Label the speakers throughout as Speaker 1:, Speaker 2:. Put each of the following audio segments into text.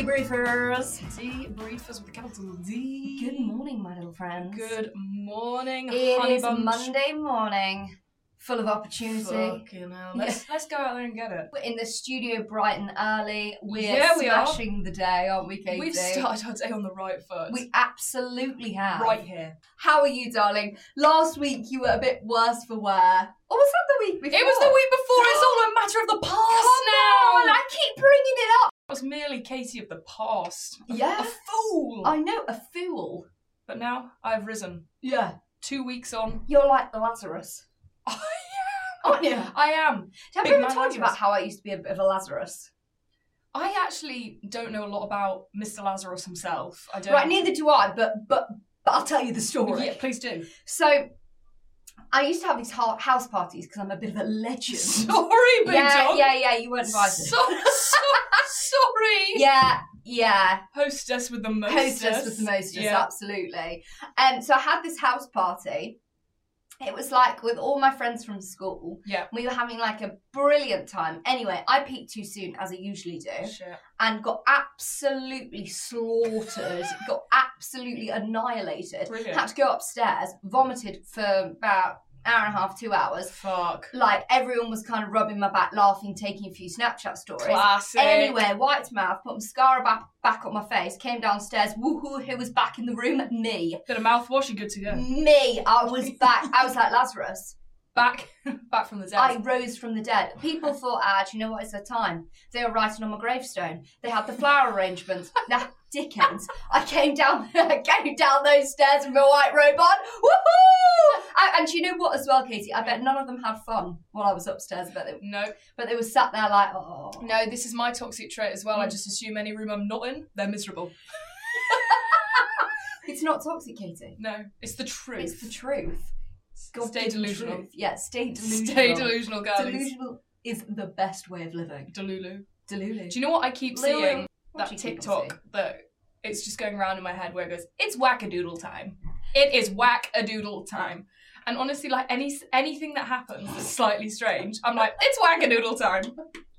Speaker 1: Briefers.
Speaker 2: Debriefers with a capital D.
Speaker 1: Good morning, my little friends.
Speaker 2: Good morning,
Speaker 1: It
Speaker 2: honey
Speaker 1: is
Speaker 2: bunch.
Speaker 1: Monday morning, full of opportunity.
Speaker 2: Fucking hell. Let's, let's go out there and get it.
Speaker 1: We're in the studio bright and early. We're
Speaker 2: Yeah, we are.
Speaker 1: smashing the day, aren't we, Katie?
Speaker 2: We've started our day on the right foot.
Speaker 1: We absolutely have.
Speaker 2: right here.
Speaker 1: How are you, darling? Last week you were a bit worse for wear. Or was that the week before?
Speaker 2: It was the week before. it's all a matter of the past
Speaker 1: Oh,
Speaker 2: now.
Speaker 1: and I keep bringing it up.
Speaker 2: That was merely Katie of the past. A
Speaker 1: Yeah.
Speaker 2: fool.
Speaker 1: I know, a fool.
Speaker 2: But now I've risen.
Speaker 1: Yeah.
Speaker 2: Two weeks on.
Speaker 1: You're like Lazarus.
Speaker 2: I am.
Speaker 1: Aren't you?
Speaker 2: I am.
Speaker 1: Have
Speaker 2: Big
Speaker 1: you ever
Speaker 2: man
Speaker 1: told you
Speaker 2: Lazarus.
Speaker 1: about how I used to be a bit of a Lazarus?
Speaker 2: I actually don't know a lot about Mr. Lazarus himself. I don't.
Speaker 1: Right, neither do I, but but but I'll tell you the story.
Speaker 2: Yeah, please do.
Speaker 1: So I used to have these ha- house parties because I'm a bit of a legend.
Speaker 2: Sorry, big
Speaker 1: yeah,
Speaker 2: dog.
Speaker 1: yeah, yeah, you weren't
Speaker 2: So,
Speaker 1: invited.
Speaker 2: so, sorry.
Speaker 1: yeah, yeah.
Speaker 2: Hostess with the most.
Speaker 1: Hostess with the mostest,
Speaker 2: Yeah.
Speaker 1: absolutely. Um, so I had this house party. It was like with all my friends from school.
Speaker 2: Yeah.
Speaker 1: We were having like a brilliant time. Anyway, I peaked too soon, as I usually do.
Speaker 2: Shit.
Speaker 1: and got absolutely slaughtered, got absolutely annihilated.
Speaker 2: Brilliant.
Speaker 1: Had to go upstairs, vomited for about an hour and a half, two hours.
Speaker 2: Fuck.
Speaker 1: Like everyone was kind of rubbing my back, laughing, taking a few Snapchat stories.
Speaker 2: Classic.
Speaker 1: Anyway, wiped mouth, put mascara back, back on my face, came downstairs. Woohoo! Who was back in the room? Me,
Speaker 2: Bit of mouthwash, you're good to
Speaker 1: Mm.
Speaker 2: go.
Speaker 1: me. I was back. I was like Lazarus.
Speaker 2: Back, back from the dead.
Speaker 1: I rose from the dead. People thought, ah, do you know what? It's their time. They were writing on my gravestone. They had the flower arrangements. Nah, Dickens. I came down, I came down those stairs with my white robe on. Woohoo! And, and do you know what? As well, Katie, I bet none of them had fun while I was upstairs. But they,
Speaker 2: no,
Speaker 1: but they were sat there like, oh,
Speaker 2: no, this is my toxic trait as well.
Speaker 1: Mm.
Speaker 2: I just assume any room I'm not in, they're miserable.
Speaker 1: it's not toxic, Katie.
Speaker 2: No, it's the truth.
Speaker 1: It's the truth.
Speaker 2: Stay
Speaker 1: give me
Speaker 2: delusional.
Speaker 1: truth. Yeah, stay delusional.
Speaker 2: Stay delusional, girlies.
Speaker 1: Delusional is the best way of living.
Speaker 2: Delulu.
Speaker 1: Delulu.
Speaker 2: Do you know what I keep
Speaker 1: Lulu.
Speaker 2: seeing?
Speaker 1: What
Speaker 2: That
Speaker 1: do you keep on
Speaker 2: TikTok that it's just going round in my head where it goes, it's whack-a-doodle time. It is whack-a-doodle time. And honestly, like any anything that happens that's slightly strange, I'm like, it's whack-a-doodle time.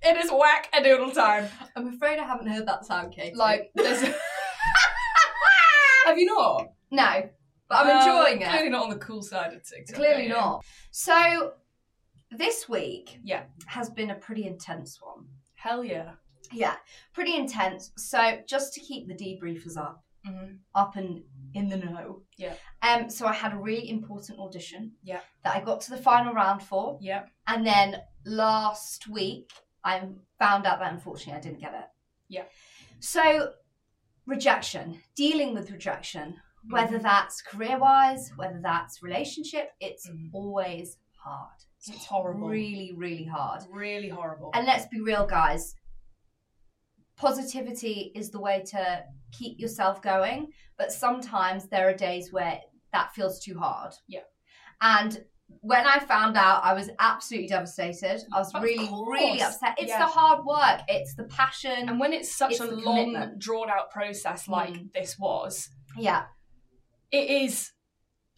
Speaker 2: It is whack-a-doodle time.
Speaker 1: I'm afraid I haven't heard that sound, Katie.
Speaker 2: Like, there's Have you not?
Speaker 1: No, but I'm
Speaker 2: Well,
Speaker 1: enjoying it.
Speaker 2: Clearly not on the cool side of TikTok.
Speaker 1: Clearly
Speaker 2: are you?
Speaker 1: not. So this week
Speaker 2: Yeah.
Speaker 1: has been a pretty intense one.
Speaker 2: Hell yeah.
Speaker 1: Yeah, pretty intense. So just to keep the debriefers up,
Speaker 2: hmm
Speaker 1: up and in the know.
Speaker 2: Yeah.
Speaker 1: Um. So I had a really important audition.
Speaker 2: Yeah.
Speaker 1: That I got to the final round for,
Speaker 2: Yeah.
Speaker 1: and then last week I found out that unfortunately I didn't get it.
Speaker 2: Yeah.
Speaker 1: So rejection, dealing with rejection,
Speaker 2: Mm-hmm.
Speaker 1: whether that's career wise, whether that's relationship, it's
Speaker 2: Mhm.
Speaker 1: always hard.
Speaker 2: It's horrible.
Speaker 1: Really, really hard.
Speaker 2: really horrible.
Speaker 1: And let's be real, guys. Positivity is the way to keep yourself going, but sometimes there are days where that feels too hard.
Speaker 2: Yeah.
Speaker 1: And when I found out, I was absolutely devastated. I was
Speaker 2: Of
Speaker 1: really, really
Speaker 2: course.
Speaker 1: upset. It's
Speaker 2: Yeah.
Speaker 1: the hard work, it's the passion.
Speaker 2: And when it's such
Speaker 1: It's
Speaker 2: a
Speaker 1: the
Speaker 2: long,
Speaker 1: commitment. Mm.
Speaker 2: drawn out process like this was,
Speaker 1: yeah,
Speaker 2: it is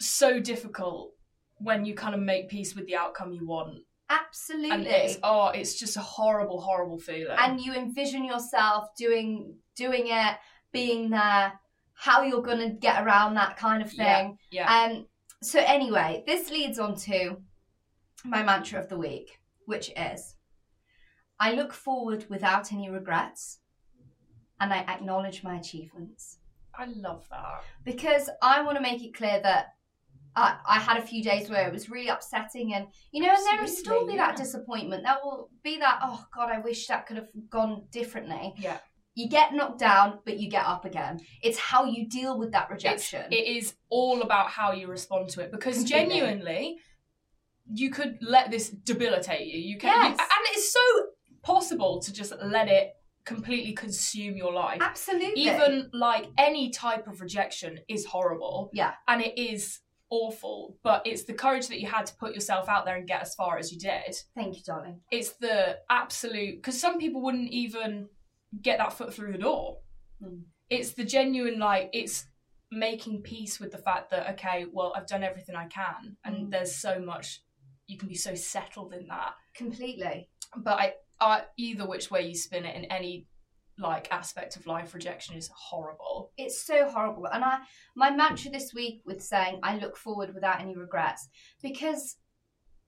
Speaker 2: so difficult when you kind of make peace with the outcome you want.
Speaker 1: absolutely.
Speaker 2: And it's, oh, it's just a horrible, horrible feeling.
Speaker 1: and you envision yourself doing doing it being there how you're going to get around that kind of
Speaker 2: Yeah,
Speaker 1: thing
Speaker 2: yeah.
Speaker 1: um so anyway this leads on to my mantra of the week which is i look forward without any regrets and i acknowledge my achievements
Speaker 2: I love that.
Speaker 1: because i want to make it clear that I, I had a few days where it was really upsetting and you know and there will still
Speaker 2: Absolutely,
Speaker 1: be that
Speaker 2: yeah.
Speaker 1: disappointment there will be that oh god i wish that could have gone differently
Speaker 2: Yeah.
Speaker 1: you get knocked down, but you get up again. It's how you deal with that
Speaker 2: It's-
Speaker 1: rejection.
Speaker 2: It is all about how you respond to it because
Speaker 1: Completely.
Speaker 2: genuinely, you could let this debilitate you. You can, you-
Speaker 1: Yes.
Speaker 2: and it's so possible to just let it completely consume your life.
Speaker 1: Absolutely.
Speaker 2: even like any type of rejection is horrible
Speaker 1: Yeah.
Speaker 2: and it is awful but it's the courage that you had to put yourself out there and get as far as you did
Speaker 1: Thank you, darling.
Speaker 2: it's the absolute because some people wouldn't even get that foot through the door
Speaker 1: Mm.
Speaker 2: it's the genuine like it's making peace with the fact that okay well i've done everything i can and
Speaker 1: Mm.
Speaker 2: there's so much you can be so settled in that
Speaker 1: Completely.
Speaker 2: but I, I either which way you spin it in any like aspect of life rejection is horrible.
Speaker 1: It's so horrible. And I my mantra this week with saying I look forward without any regrets because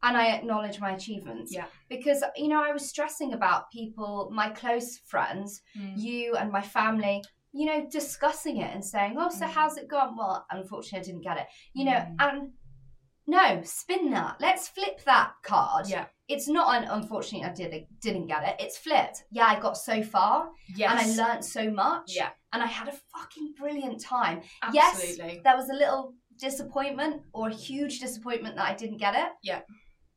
Speaker 1: and I acknowledge my achievements.
Speaker 2: Yeah.
Speaker 1: Because you know, I was stressing about people, my close friends,
Speaker 2: Mm.
Speaker 1: you and my family, you know, discussing it and saying, Oh, so
Speaker 2: Mm.
Speaker 1: how's it gone? Well, unfortunately I didn't get it. You know,
Speaker 2: Mm.
Speaker 1: and no, spin that. Let's flip that card.
Speaker 2: Yeah.
Speaker 1: It's not an unfortunately I did, didn't get it. It's flipped. Yeah, I got so far
Speaker 2: Yes.
Speaker 1: and I learnt so much.
Speaker 2: Yeah.
Speaker 1: And I had a fucking brilliant time. Yes.
Speaker 2: Absolutely.
Speaker 1: There was a little disappointment or a huge disappointment that I didn't get it.
Speaker 2: Yeah.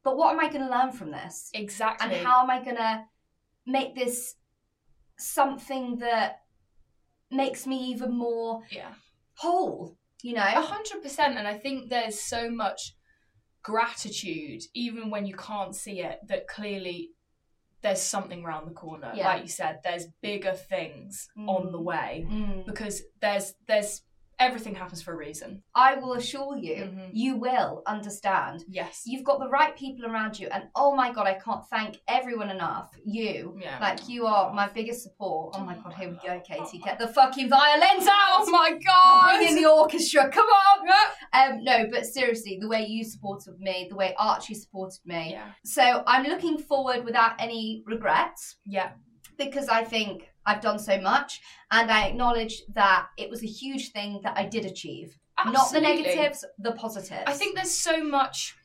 Speaker 1: But what am I going to learn from this?
Speaker 2: Exactly.
Speaker 1: And how am I going to make this something that makes me even more
Speaker 2: yeah.
Speaker 1: whole? You know?
Speaker 2: A hundred percent. And I think there's so much gratitude, even when you can't see it, that clearly there's something round the corner.
Speaker 1: Yeah.
Speaker 2: Like you said, there's bigger things on the
Speaker 1: Mm.
Speaker 2: way
Speaker 1: Mm.
Speaker 2: because there's there's everything happens for a reason.
Speaker 1: I will assure you,
Speaker 2: Mhm.
Speaker 1: you will understand.
Speaker 2: Yes.
Speaker 1: You've got the right people around you, and oh my god, I can't thank everyone enough. You,
Speaker 2: Yeah.
Speaker 1: like, you are my biggest support. Oh my
Speaker 2: Oh
Speaker 1: god,
Speaker 2: my
Speaker 1: here we go,
Speaker 2: God.
Speaker 1: Katie. Get the fucking violins out!
Speaker 2: Oh my
Speaker 1: I'm
Speaker 2: god!
Speaker 1: Bringing the orchestra, come on!
Speaker 2: Yeah.
Speaker 1: Um, no, but seriously, the way you supported me, the way Archie supported me.
Speaker 2: Yeah.
Speaker 1: So I'm looking forward without any regrets
Speaker 2: Yeah.
Speaker 1: because I think I've done so much, and I acknowledge that it was a huge thing that I did achieve. Not the
Speaker 2: Absolutely.
Speaker 1: negatives, the positives.
Speaker 2: I think there's so much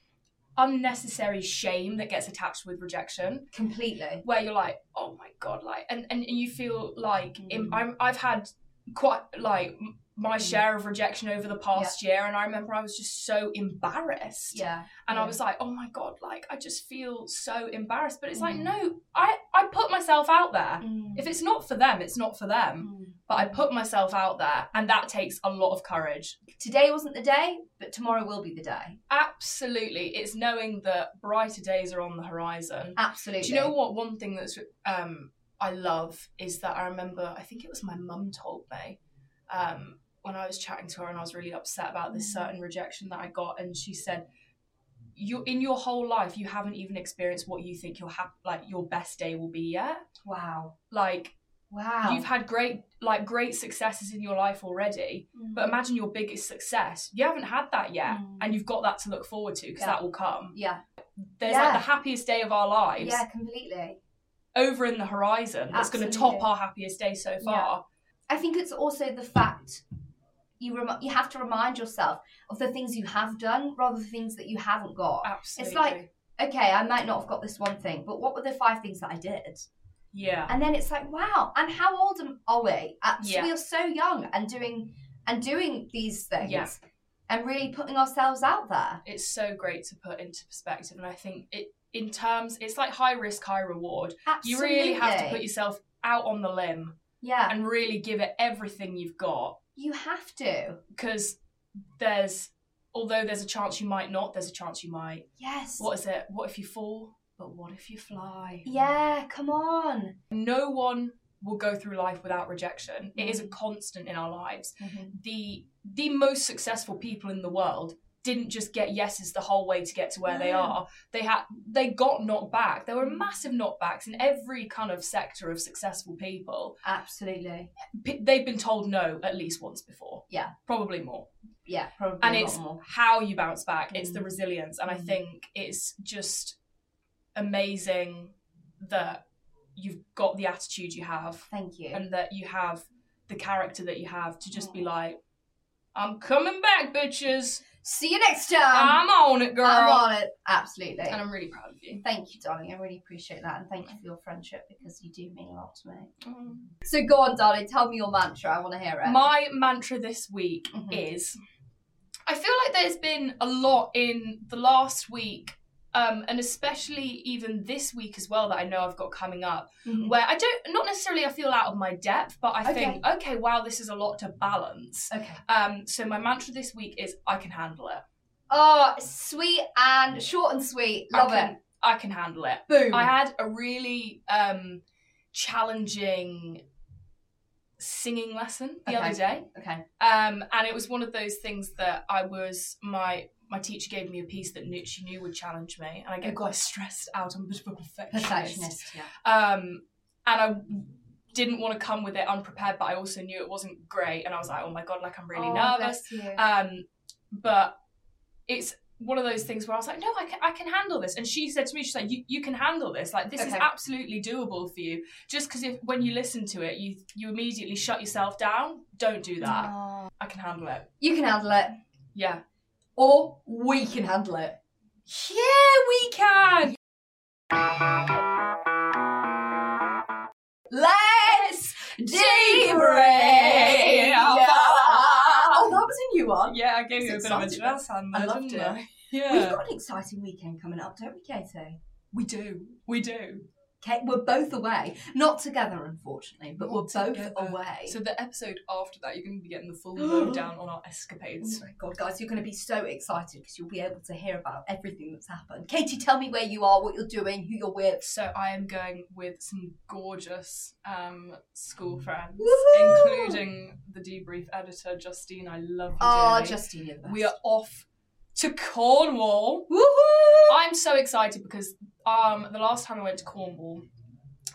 Speaker 2: unnecessary shame that gets attached with rejection.
Speaker 1: completely.
Speaker 2: where you're like, oh my god, like, and and, and you feel like im-
Speaker 1: Mm.
Speaker 2: I'm, I've had quite like m- my
Speaker 1: Mm.
Speaker 2: share of rejection over the past year, and I remember I was just so embarrassed,
Speaker 1: Yeah.
Speaker 2: and
Speaker 1: yeah.
Speaker 2: I was like, oh my god, like I just feel so embarrassed, but it's like
Speaker 1: Mm.
Speaker 2: no, I I put myself out there.
Speaker 1: Mm.
Speaker 2: If it's not for them, it's not for them.
Speaker 1: Mm.
Speaker 2: But I put myself out there, and that takes a lot of courage.
Speaker 1: Today wasn't the day, but tomorrow will be the day.
Speaker 2: Absolutely, it's knowing that brighter days are on the horizon.
Speaker 1: Absolutely.
Speaker 2: Do you know what? One thing that's um, I love is that I remember. I think it was my mum told me um, when I was chatting to her, and I was really upset about this
Speaker 1: Mm.
Speaker 2: certain rejection that I got, and she said, "You in your whole life, you haven't even experienced what you think your hap- like your best day will be yet.
Speaker 1: Wow.
Speaker 2: Like
Speaker 1: Wow.
Speaker 2: you've had great like great successes in your life already, but imagine your biggest success. You haven't had that yet."
Speaker 1: Mm.
Speaker 2: And you've got that to look forward to because
Speaker 1: Yeah.
Speaker 2: that will come.
Speaker 1: yeah.
Speaker 2: There's
Speaker 1: Yeah.
Speaker 2: like the happiest day of our lives
Speaker 1: Yeah, completely.
Speaker 2: over in the horizon that's going to top
Speaker 1: Absolutely.
Speaker 2: our happiest day so far.
Speaker 1: I think it's also the fact you rem- you have to remind yourself of the things you have done rather than things that you haven't got.
Speaker 2: Absolutely.
Speaker 1: like- Okay, I might not have got this one thing, but what were the five things that I did?
Speaker 2: yeah,
Speaker 1: And then it's like, wow. And how old am- are we? Uh, so
Speaker 2: Yeah.
Speaker 1: We are so young and doing and doing these things
Speaker 2: Yeah.
Speaker 1: and really putting ourselves out there.
Speaker 2: it's so great to put into perspective, and I think it in terms it's like high risk, high reward. You
Speaker 1: Absolutely.
Speaker 2: really have to put yourself out on the limb
Speaker 1: Yeah,
Speaker 2: and really give it everything you've got
Speaker 1: you have to.
Speaker 2: because there's although there's a chance you might not, there's a chance you might.
Speaker 1: Yes.
Speaker 2: What is it? What if you fall? But what if you fly?
Speaker 1: Yeah, come on.
Speaker 2: No one will go through life without rejection. It is a
Speaker 1: Mm.
Speaker 2: constant in our lives. the the most successful people in the world didn't just get yeses the whole way to get to where they
Speaker 1: No.
Speaker 2: are. They had they got knocked back. There were massive knockbacks in every kind of sector of successful people.
Speaker 1: Absolutely.
Speaker 2: P- they've been told no at least once before.
Speaker 1: Yeah.
Speaker 2: Probably more.
Speaker 1: Yeah, probably.
Speaker 2: And
Speaker 1: a lot
Speaker 2: it's
Speaker 1: more.
Speaker 2: how you bounce back. It's the
Speaker 1: Mm.
Speaker 2: resilience and I
Speaker 1: Mm.
Speaker 2: think it's just amazing that you've got the attitude you have
Speaker 1: Thank you.
Speaker 2: and that you have the character that you have to just be
Speaker 1: Mm.
Speaker 2: like, I'm coming back, bitches.
Speaker 1: See you next time.
Speaker 2: I'm on it, girl.
Speaker 1: Um, I'm on it. Absolutely.
Speaker 2: and I'm really proud of you.
Speaker 1: Thank you, darling. I really appreciate that. And thank you for your friendship because you do mean a lot to me. So go on, darling. Tell me your mantra. I want to hear it.
Speaker 2: My mantra this week
Speaker 1: Mhm.
Speaker 2: is I feel like there's been a lot in the last week. Um, and especially even this week as well that I know I've got coming up,
Speaker 1: Mhm.
Speaker 2: where I don't not necessarily I feel out of my depth, but I
Speaker 1: Okay.
Speaker 2: think okay, wow, this is a lot to balance.
Speaker 1: Okay.
Speaker 2: Um, so my mantra this week is I can handle it.
Speaker 1: Oh, sweet and short and sweet. Love
Speaker 2: I can,
Speaker 1: it.
Speaker 2: I can handle it.
Speaker 1: Boom.
Speaker 2: I had a really um, challenging singing lesson the
Speaker 1: Okay.
Speaker 2: other day,
Speaker 1: okay.
Speaker 2: um, and it was one of those things that I was my my teacher gave me a piece that knew, she knew would challenge me, and I get quite stressed out. I'm a bit of a perfectionist,
Speaker 1: Perfectionist. Yeah.
Speaker 2: Um, and I didn't want to come with it unprepared, but I also knew it wasn't great. And I was like, oh my God, like I'm really
Speaker 1: Oh,
Speaker 2: nervous.
Speaker 1: bless you.
Speaker 2: Um, but it's one of those things where I was like, no, I can, I can handle this. And she said to me, she's like, you, you can handle this. Like, this is
Speaker 1: Okay.
Speaker 2: absolutely doable for you. Just because if when you listen to it, you you immediately shut yourself down. Don't do that.
Speaker 1: Aw.
Speaker 2: I can handle it.
Speaker 1: You can handle it,
Speaker 2: Yeah.
Speaker 1: or we can handle it.
Speaker 2: Yeah, we can.
Speaker 1: Let's debrief. Oh, that was a new one.
Speaker 2: Yeah, I gave you a
Speaker 1: It's
Speaker 2: bit of a
Speaker 1: exciting.
Speaker 2: jazz hand there,
Speaker 1: I loved
Speaker 2: didn't
Speaker 1: it.
Speaker 2: I?
Speaker 1: We've
Speaker 2: Yeah.
Speaker 1: got an exciting weekend coming up, don't we, Katie?
Speaker 2: We do. We do.
Speaker 1: Kate, we're both away. Not together, unfortunately, but we're
Speaker 2: Not
Speaker 1: both
Speaker 2: together.
Speaker 1: away.
Speaker 2: So the episode after that, you're going to be getting the full lowdown on our escapades.
Speaker 1: Oh my god, guys, you're going to be so excited because you'll be able to hear about everything that's happened. Katie, tell me where you are, what you're doing, who you're with.
Speaker 2: So I am going with some gorgeous um, school friends,
Speaker 1: Mm. Woohoo!
Speaker 2: including the debrief editor Justine. I love you.
Speaker 1: Ah,
Speaker 2: dearly.
Speaker 1: Justine, you're the best.
Speaker 2: we are off to Cornwall.
Speaker 1: Woohoo!
Speaker 2: I'm so excited because um, the last time I went to Cornwall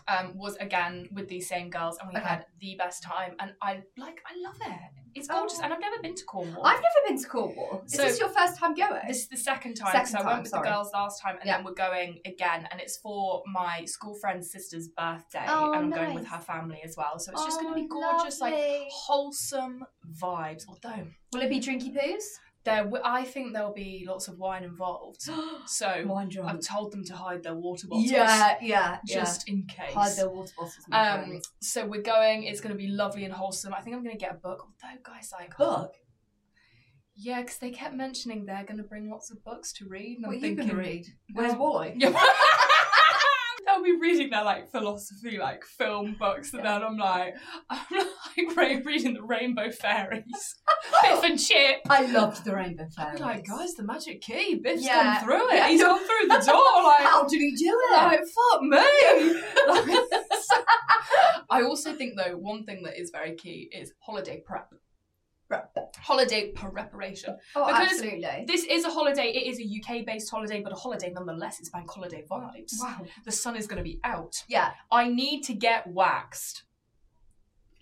Speaker 2: um, was again with these same girls, and we
Speaker 1: Okay.
Speaker 2: had the best time. And I like, I love it. It's
Speaker 1: Oh.
Speaker 2: gorgeous, and I've never been to Cornwall.
Speaker 1: I've never been to Cornwall. Is
Speaker 2: So-
Speaker 1: this your first time going?
Speaker 2: This is the second time.
Speaker 1: Second
Speaker 2: so I
Speaker 1: time,
Speaker 2: went with
Speaker 1: sorry.
Speaker 2: the girls last time, and
Speaker 1: Yeah.
Speaker 2: then we're going again. And it's for my school friend's sister's birthday,
Speaker 1: Oh,
Speaker 2: and I'm going with
Speaker 1: nice.
Speaker 2: her family as well. So it's just going
Speaker 1: Oh,
Speaker 2: to be gorgeous, like
Speaker 1: lovely.
Speaker 2: wholesome vibes. Although
Speaker 1: Will it be drinky poos?
Speaker 2: there, w- I think there'll be lots of wine involved. So
Speaker 1: Wine
Speaker 2: I've
Speaker 1: drunk.
Speaker 2: told them to hide their water bottles,
Speaker 1: Yeah, yeah, yeah.
Speaker 2: just in case.
Speaker 1: Hide their water bottles. my
Speaker 2: um,
Speaker 1: friends.
Speaker 2: so we're going. It's going to be lovely and wholesome. I think I'm going to get a book. Although, guys, like
Speaker 1: book.
Speaker 2: yeah, because they kept mentioning they're going to bring lots of books to read. And
Speaker 1: What are
Speaker 2: I'm
Speaker 1: you
Speaker 2: thinking,
Speaker 1: going to read? Where's
Speaker 2: No.
Speaker 1: Wally?
Speaker 2: Yeah. They'll be reading their like philosophy, like film books, and then I'm like, I'm like re- reading the Rainbow Fairies, Biff and Chip.
Speaker 1: I loved the Rainbow Fairies.
Speaker 2: I'm like, guys, the magic key. Biff's
Speaker 1: Yeah.
Speaker 2: gone through it.
Speaker 1: Yeah.
Speaker 2: He's gone through the door. Like,
Speaker 1: how do we do it?
Speaker 2: like fuck me. Like, I also think though, one thing that is very key is holiday prep.
Speaker 1: Prep.
Speaker 2: Holiday preparation.
Speaker 1: oh,
Speaker 2: because-
Speaker 1: absolutely.
Speaker 2: This is a holiday. It is a UK based holiday, but a holiday nonetheless. It's bank holiday vibes.
Speaker 1: Wow.
Speaker 2: The sun is going to be out.
Speaker 1: Yeah.
Speaker 2: I need to get waxed.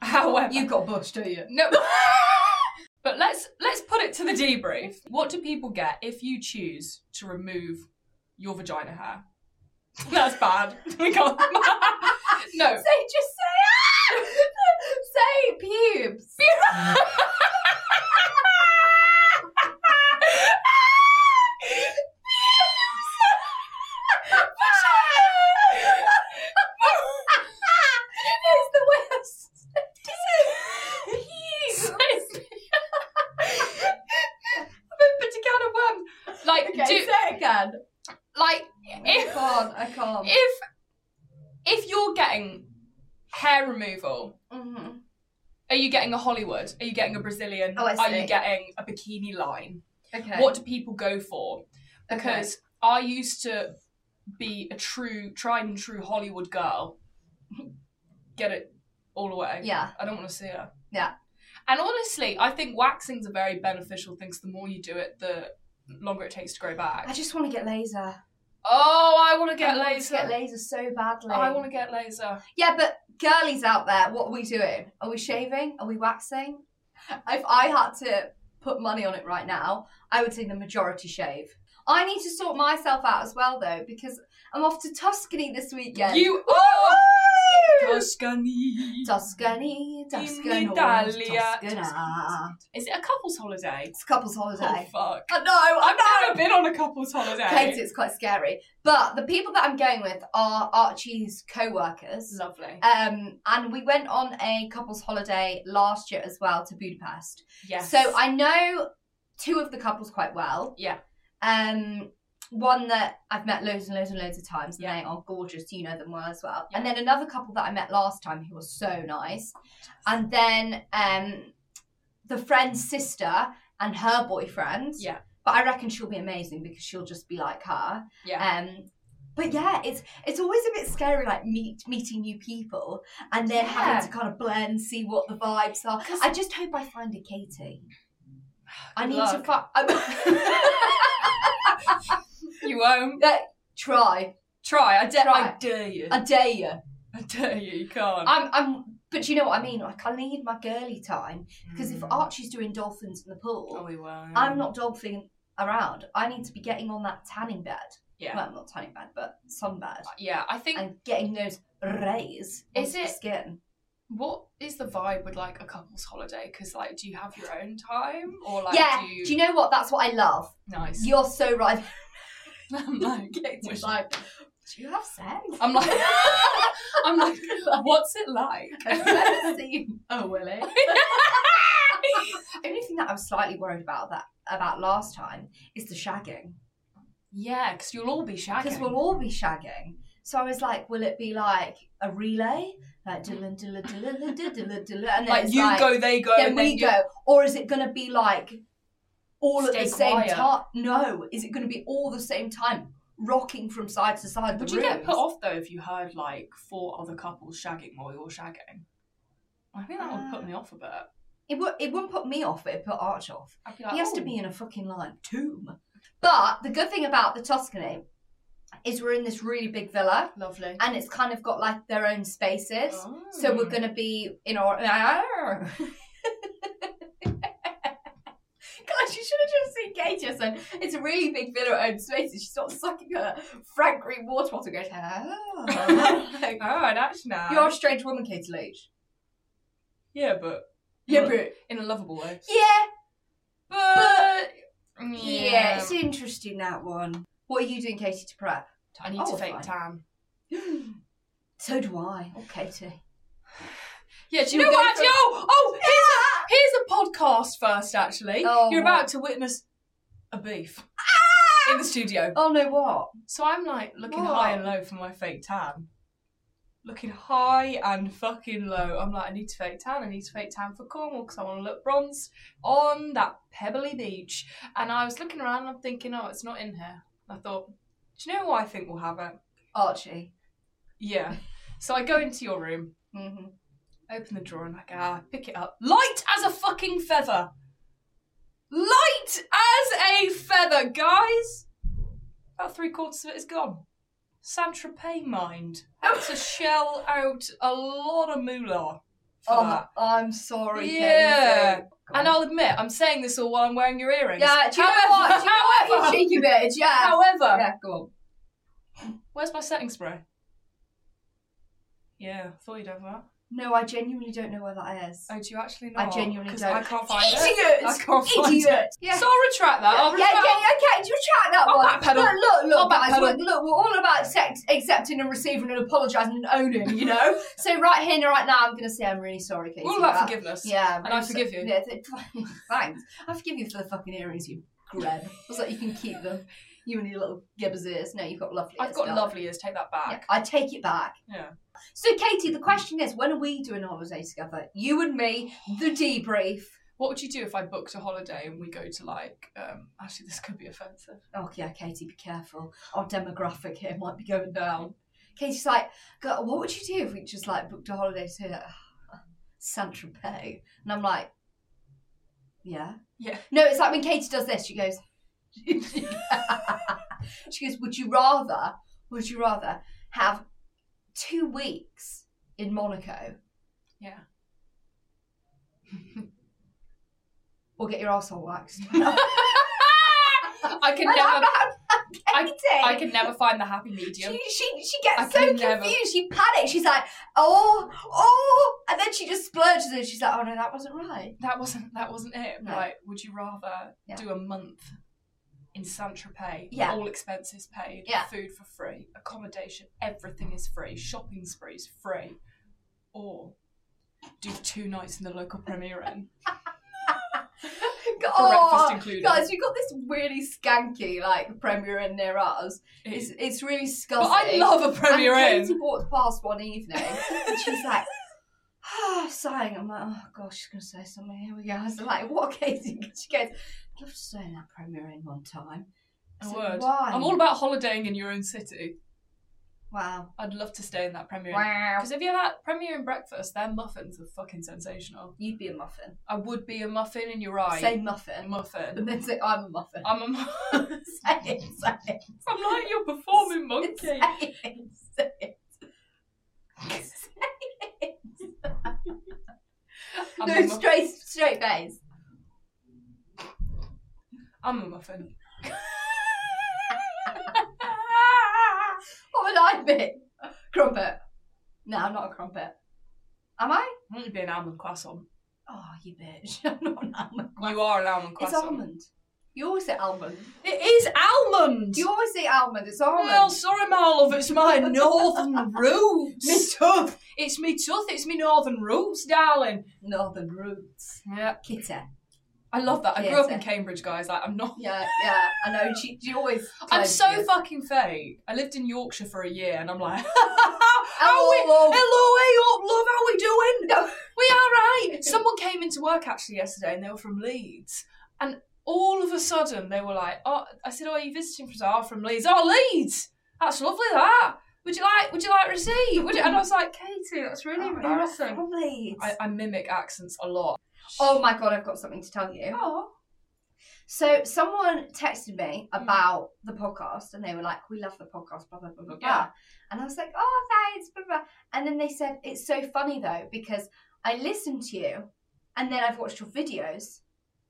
Speaker 2: However,
Speaker 1: You've got bush, do you?
Speaker 2: no. but let's let's put it to the debrief. What do people get if you choose to remove your vagina hair? That's bad. we can't.
Speaker 1: Say
Speaker 2: no.
Speaker 1: just say ah! say pubes. It's the worst.
Speaker 2: Pubes. But you can't have one. Like,
Speaker 1: Okay,
Speaker 2: do,
Speaker 1: say it again.
Speaker 2: like
Speaker 1: I
Speaker 2: if
Speaker 1: can't. I can't.
Speaker 2: if if you're getting hair removal,
Speaker 1: Mhm.
Speaker 2: are you getting a Hollywood? Are you getting a Brazilian?
Speaker 1: Oh, I
Speaker 2: Are
Speaker 1: see.
Speaker 2: you getting a bikini line?
Speaker 1: Okay.
Speaker 2: What do people go for? Because I used to be a true, tried and true Hollywood girl. Get it all away.
Speaker 1: Okay. Yeah.
Speaker 2: I don't want to see her.
Speaker 1: Yeah.
Speaker 2: And honestly, I think waxing's a very beneficial thing. 'cause the more you do it, the longer it takes to grow
Speaker 1: I
Speaker 2: back.
Speaker 1: just want to get laser.
Speaker 2: Oh, I want to
Speaker 1: I
Speaker 2: get
Speaker 1: want
Speaker 2: laser.
Speaker 1: To get laser so badly.
Speaker 2: I want to get laser.
Speaker 1: Yeah, but girlies out there, what are we doing? Are we shaving? Are we waxing? If I had to put money on it right now, I would say the majority shave. I need to sort myself out as well though, because I'm off to Tuscany this weekend.
Speaker 2: You are.
Speaker 1: Woo!
Speaker 2: Tuscany.
Speaker 1: Tuscany, Tuscany,
Speaker 2: Italia.
Speaker 1: Tuscana.
Speaker 2: Is it a couple's holiday?
Speaker 1: It's a couple's
Speaker 2: Oh
Speaker 1: holiday.
Speaker 2: fuck!
Speaker 1: I know,
Speaker 2: I've
Speaker 1: I
Speaker 2: never been on a couple's
Speaker 1: know.
Speaker 2: holiday.
Speaker 1: Katie, it's quite scary. But the people that I'm going with are Archie's co-workers.
Speaker 2: Lovely.
Speaker 1: Um, and we went on a couple's holiday last year as well to Budapest.
Speaker 2: Yes.
Speaker 1: So I know two of the couples quite well.
Speaker 2: Yeah.
Speaker 1: Um, one that I've met loads and loads and loads of times, and
Speaker 2: Yeah.
Speaker 1: they are gorgeous. You know them well as well. And
Speaker 2: Yeah.
Speaker 1: then another couple that I met last time who was so nice. And then um, the friend's sister and her boyfriend.
Speaker 2: Yeah.
Speaker 1: But I reckon she'll be amazing because she'll just be like her.
Speaker 2: Yeah.
Speaker 1: Um, but yeah, it's it's always a bit scary, like meet meeting new people and then
Speaker 2: Yeah.
Speaker 1: having to kind of blend, see what the vibes are.
Speaker 2: 'Cause-
Speaker 1: I just hope I find a Katie. I
Speaker 2: Good
Speaker 1: need to
Speaker 2: luck.
Speaker 1: find.
Speaker 2: you won't
Speaker 1: Try.
Speaker 2: try. I dare.
Speaker 1: Try.
Speaker 2: I dare you.
Speaker 1: I dare you.
Speaker 2: I dare you, you can't.
Speaker 1: I'm, I'm, but you know what I mean? Like, I need my girly time because if Archie's doing dolphins in the pool,
Speaker 2: Hmm. Oh, we won't.
Speaker 1: I'm not dolphin around. I need to be getting on that tanning bed.
Speaker 2: Yeah.
Speaker 1: Well, not tanning bed, but sunbed.
Speaker 2: Yeah, I think.
Speaker 1: And getting those rays
Speaker 2: Is
Speaker 1: onto the
Speaker 2: it-
Speaker 1: skin.
Speaker 2: what is the vibe with like a couple's holiday? Because like, do you have your own time or like?
Speaker 1: yeah.
Speaker 2: Do you,
Speaker 1: Do you know what? That's what I love.
Speaker 2: nice?
Speaker 1: You're so right.
Speaker 2: I'm like,
Speaker 1: It's
Speaker 2: wish-
Speaker 1: like, do you have sex?
Speaker 2: I'm like, I'm like, what's it like?
Speaker 1: I've never seen-
Speaker 2: oh, will it?
Speaker 1: only thing that I'm slightly worried about that about last time is the shagging
Speaker 2: yeah, because you'll all be shagging.
Speaker 1: because we'll all be shagging. So I was like, will it be like a relay, like dilla dilla dilla dilla dilla dilla, and then
Speaker 2: like
Speaker 1: it's
Speaker 2: you go, they go,
Speaker 1: then
Speaker 2: and
Speaker 1: we
Speaker 2: you-
Speaker 1: go, or is it gonna be like all at
Speaker 2: Stay
Speaker 1: the same
Speaker 2: quiet.
Speaker 1: time? No, is it gonna be all the same time, rocking from side to side? of
Speaker 2: Would
Speaker 1: the
Speaker 2: you get
Speaker 1: rooms?
Speaker 2: put off though if you heard like four other couples shagging while you're shagging? I think that would put
Speaker 1: Ah.
Speaker 2: me off a bit.
Speaker 1: It would. It wouldn't put me off, but it put Arch off.
Speaker 2: I'd be like,
Speaker 1: He has
Speaker 2: "Oh."
Speaker 1: to be in a fucking like tomb. But the good thing about the Tuscany is we're in this really big villa
Speaker 2: lovely.
Speaker 1: and it's kind of got like their own spaces. So
Speaker 2: Oh.
Speaker 1: we're going to be in our. Gosh, you should have just seen Kate just then. It's a really big villa at home spaces. She starts sucking her frank green water bottle and goes, oh. Like,
Speaker 2: Oh, that's nice.
Speaker 1: You're a strange woman, Katie Leach.
Speaker 2: yeah, but
Speaker 1: Yeah,
Speaker 2: Look.
Speaker 1: but.
Speaker 2: in a lovable way.
Speaker 1: Yeah,
Speaker 2: But,
Speaker 1: yeah, it's interesting that one. What are you doing, Katie, to prep?
Speaker 2: I need
Speaker 1: Oh,
Speaker 2: to fake
Speaker 1: fine.
Speaker 2: tan.
Speaker 1: so do I. Oh, Katie.
Speaker 2: Yeah, do
Speaker 1: Should
Speaker 2: you know
Speaker 1: we go
Speaker 2: what?
Speaker 1: for- Ah!
Speaker 2: actually- Oh, oh, here's, a, here's a podcast first. Actually,
Speaker 1: Oh,
Speaker 2: you're
Speaker 1: what?
Speaker 2: about to witness a beef in the studio.
Speaker 1: Oh no, what?
Speaker 2: So I'm like looking
Speaker 1: What?
Speaker 2: high and low for my fake tan. Looking high and fucking low. I'm like, I need to fake tan. I need to fake tan for Cornwall because I want to look bronzed on that pebbly beach. And I was looking around and I'm thinking, oh, it's not in here. I thought, do you know what I think we'll have it?
Speaker 1: Archie.
Speaker 2: Yeah. So I go into your room,
Speaker 1: Mm-hmm.
Speaker 2: open the drawer, and like, ah, pick it up. Light as a fucking feather. Light as a feather, guys. About three quarters of it is gone. Saint Tropez mind. Had to shell out a lot of moolah for
Speaker 1: Oh,
Speaker 2: that.
Speaker 1: I'm sorry,
Speaker 2: Yeah.
Speaker 1: Katie.
Speaker 2: And I'll admit, I'm saying this all while I'm wearing your earrings.
Speaker 1: Yeah, do you know what? Do you know what?
Speaker 2: however,
Speaker 1: You cheeky bitch, yeah.
Speaker 2: however,
Speaker 1: Yeah, go on.
Speaker 2: where's my setting spray? Yeah, thought you'd have that.
Speaker 1: No, I genuinely don't know where that is.
Speaker 2: Oh, do you actually
Speaker 1: I
Speaker 2: not?
Speaker 1: genuinely
Speaker 2: 'Cause
Speaker 1: don't.
Speaker 2: I can't find it.
Speaker 1: Idiot!
Speaker 2: I can't find
Speaker 1: Idiot!
Speaker 2: it.
Speaker 1: Yeah.
Speaker 2: So I'll retract that. I'll
Speaker 1: yeah,
Speaker 2: retract
Speaker 1: yeah, yeah, okay, you track that
Speaker 2: I'll
Speaker 1: one.
Speaker 2: backpedal.
Speaker 1: Look, look, look,
Speaker 2: I'll
Speaker 1: guys, look,
Speaker 2: backpedal.
Speaker 1: look, we're all about accept, accepting and receiving and apologising and owning, you know? so right here and right now, I'm going to say I'm really sorry, Katie.
Speaker 2: All
Speaker 1: for
Speaker 2: about
Speaker 1: that.
Speaker 2: forgiveness.
Speaker 1: Yeah.
Speaker 2: And I forgive you.
Speaker 1: Yeah, th- thanks. I forgive you for the fucking earrings you grab. I was like, you can keep them. You and your little gibbers ears. No, you've got lovely
Speaker 2: I've
Speaker 1: ears,
Speaker 2: got
Speaker 1: darling.
Speaker 2: lovely ears. Take that
Speaker 1: Yeah,
Speaker 2: back.
Speaker 1: I take it back.
Speaker 2: Yeah.
Speaker 1: So, Katie, the question is when are we doing a holiday together? You and me, the debrief.
Speaker 2: What would you do if I booked a holiday and we go to like? Um, actually, this could be offensive.
Speaker 1: Oh, yeah, Katie, be careful. Our demographic here might be going down. Katie's like, "God, what would you do if we just like booked a holiday to uh, Saint Tropez? And I'm like, yeah.
Speaker 2: Yeah.
Speaker 1: No, it's like when Katie does this, she goes, she goes, would you rather, would you rather have two weeks in Monaco
Speaker 2: Yeah.
Speaker 1: or get your arsehole waxed?
Speaker 2: I can
Speaker 1: And I'm
Speaker 2: never.
Speaker 1: like,
Speaker 2: I-
Speaker 1: Katie.
Speaker 2: I can never find the happy medium.
Speaker 1: She, she, she gets
Speaker 2: I
Speaker 1: so
Speaker 2: can
Speaker 1: confused.
Speaker 2: never-
Speaker 1: She panics. She's like, oh, oh. And then she just splurges and she's like, oh no, that wasn't right.
Speaker 2: That wasn't. That wasn't it.
Speaker 1: No.
Speaker 2: Like, would you rather
Speaker 1: Yeah.
Speaker 2: do a month in Saint Tropez?
Speaker 1: Yeah.
Speaker 2: All expenses paid.
Speaker 1: Yeah.
Speaker 2: Food for free. Accommodation. Everything is free. Shopping sprees free. Or do two nights in the local Premier Inn.
Speaker 1: God.
Speaker 2: breakfast included.
Speaker 1: Oh, Guys, we've got this really skanky like Premier Inn near us. It's, it's really
Speaker 2: but
Speaker 1: scuzzy.
Speaker 2: I love a Premier
Speaker 1: and
Speaker 2: Inn.
Speaker 1: Katie walked past one evening and she's like, ah, sighing. I'm like, oh gosh, she's going to say something. Here we go. I was like, what, Katie? She goes, I'd love to stay in that Premier Inn one time. I
Speaker 2: I
Speaker 1: said,
Speaker 2: would.
Speaker 1: Why?
Speaker 2: I'm all about holidaying in your own city.
Speaker 1: Wow.
Speaker 2: I'd love to stay in that Premier Inn.
Speaker 1: Wow.
Speaker 2: Because if you had Premier Inn breakfast, their muffins are fucking sensational.
Speaker 1: You'd be a muffin.
Speaker 2: I would be a muffin in your eye.
Speaker 1: Say
Speaker 2: A
Speaker 1: muffin.
Speaker 2: muffin.
Speaker 1: And then say, I'm a muffin.
Speaker 2: I'm a mu-
Speaker 1: say it, say it.
Speaker 2: I'm like your performing monkey.
Speaker 1: Say it, say it.
Speaker 2: I'm, a
Speaker 1: no,
Speaker 2: muff-
Speaker 1: straight, straight face.
Speaker 2: I'm a muffin. Ah.
Speaker 1: What would I be? Crumpet. No, I'm not a crumpet. Am I?
Speaker 2: I'm going to be an almond croissant.
Speaker 1: Oh, you bitch. I'm not an almond.
Speaker 2: You are an almond
Speaker 1: It's
Speaker 2: croissant.
Speaker 1: almond. You always say almond.
Speaker 2: It is almond.
Speaker 1: You always say almond. It's almond.
Speaker 2: well, sorry, my love, it's my northern roots.
Speaker 1: tough.
Speaker 2: It's me tooth, it's me northern roots, darling.
Speaker 1: Northern roots.
Speaker 2: Yeah.
Speaker 1: Kitter.
Speaker 2: I love that. I grew up in
Speaker 1: Yes.
Speaker 2: Cambridge, guys. Like, I'm not.
Speaker 1: Yeah, yeah. I know. She, she always.
Speaker 2: I'm
Speaker 1: claims
Speaker 2: so
Speaker 1: you.
Speaker 2: fucking fake. I lived in Yorkshire for a year, and I'm like,
Speaker 1: Oh,
Speaker 2: how we,
Speaker 1: oh, oh.
Speaker 2: hello, hey up, love, how we doing?
Speaker 1: No.
Speaker 2: We all right. Someone came into work actually yesterday, and they were from Leeds, and all of a sudden they were like, oh, I said, oh, are you visiting from? Oh, from Leeds. Oh, Leeds. That's lovely. That. Would you like? Would you like receipt? Would you? And I was like, Katie, that's really
Speaker 1: Oh, they're not
Speaker 2: embarrassing.
Speaker 1: from Leeds.
Speaker 2: I, I mimic accents a lot.
Speaker 1: Oh my god, I've got something to tell you.
Speaker 2: Oh.
Speaker 1: So someone texted me
Speaker 2: Mm.
Speaker 1: about the podcast, and they were like, "We love the podcast," blah blah blah blah blah.
Speaker 2: Yeah.
Speaker 1: And I was like, "Oh, thanks." Blah blah. And then they said, "It's so funny though because I listened to you, and then I've watched your videos,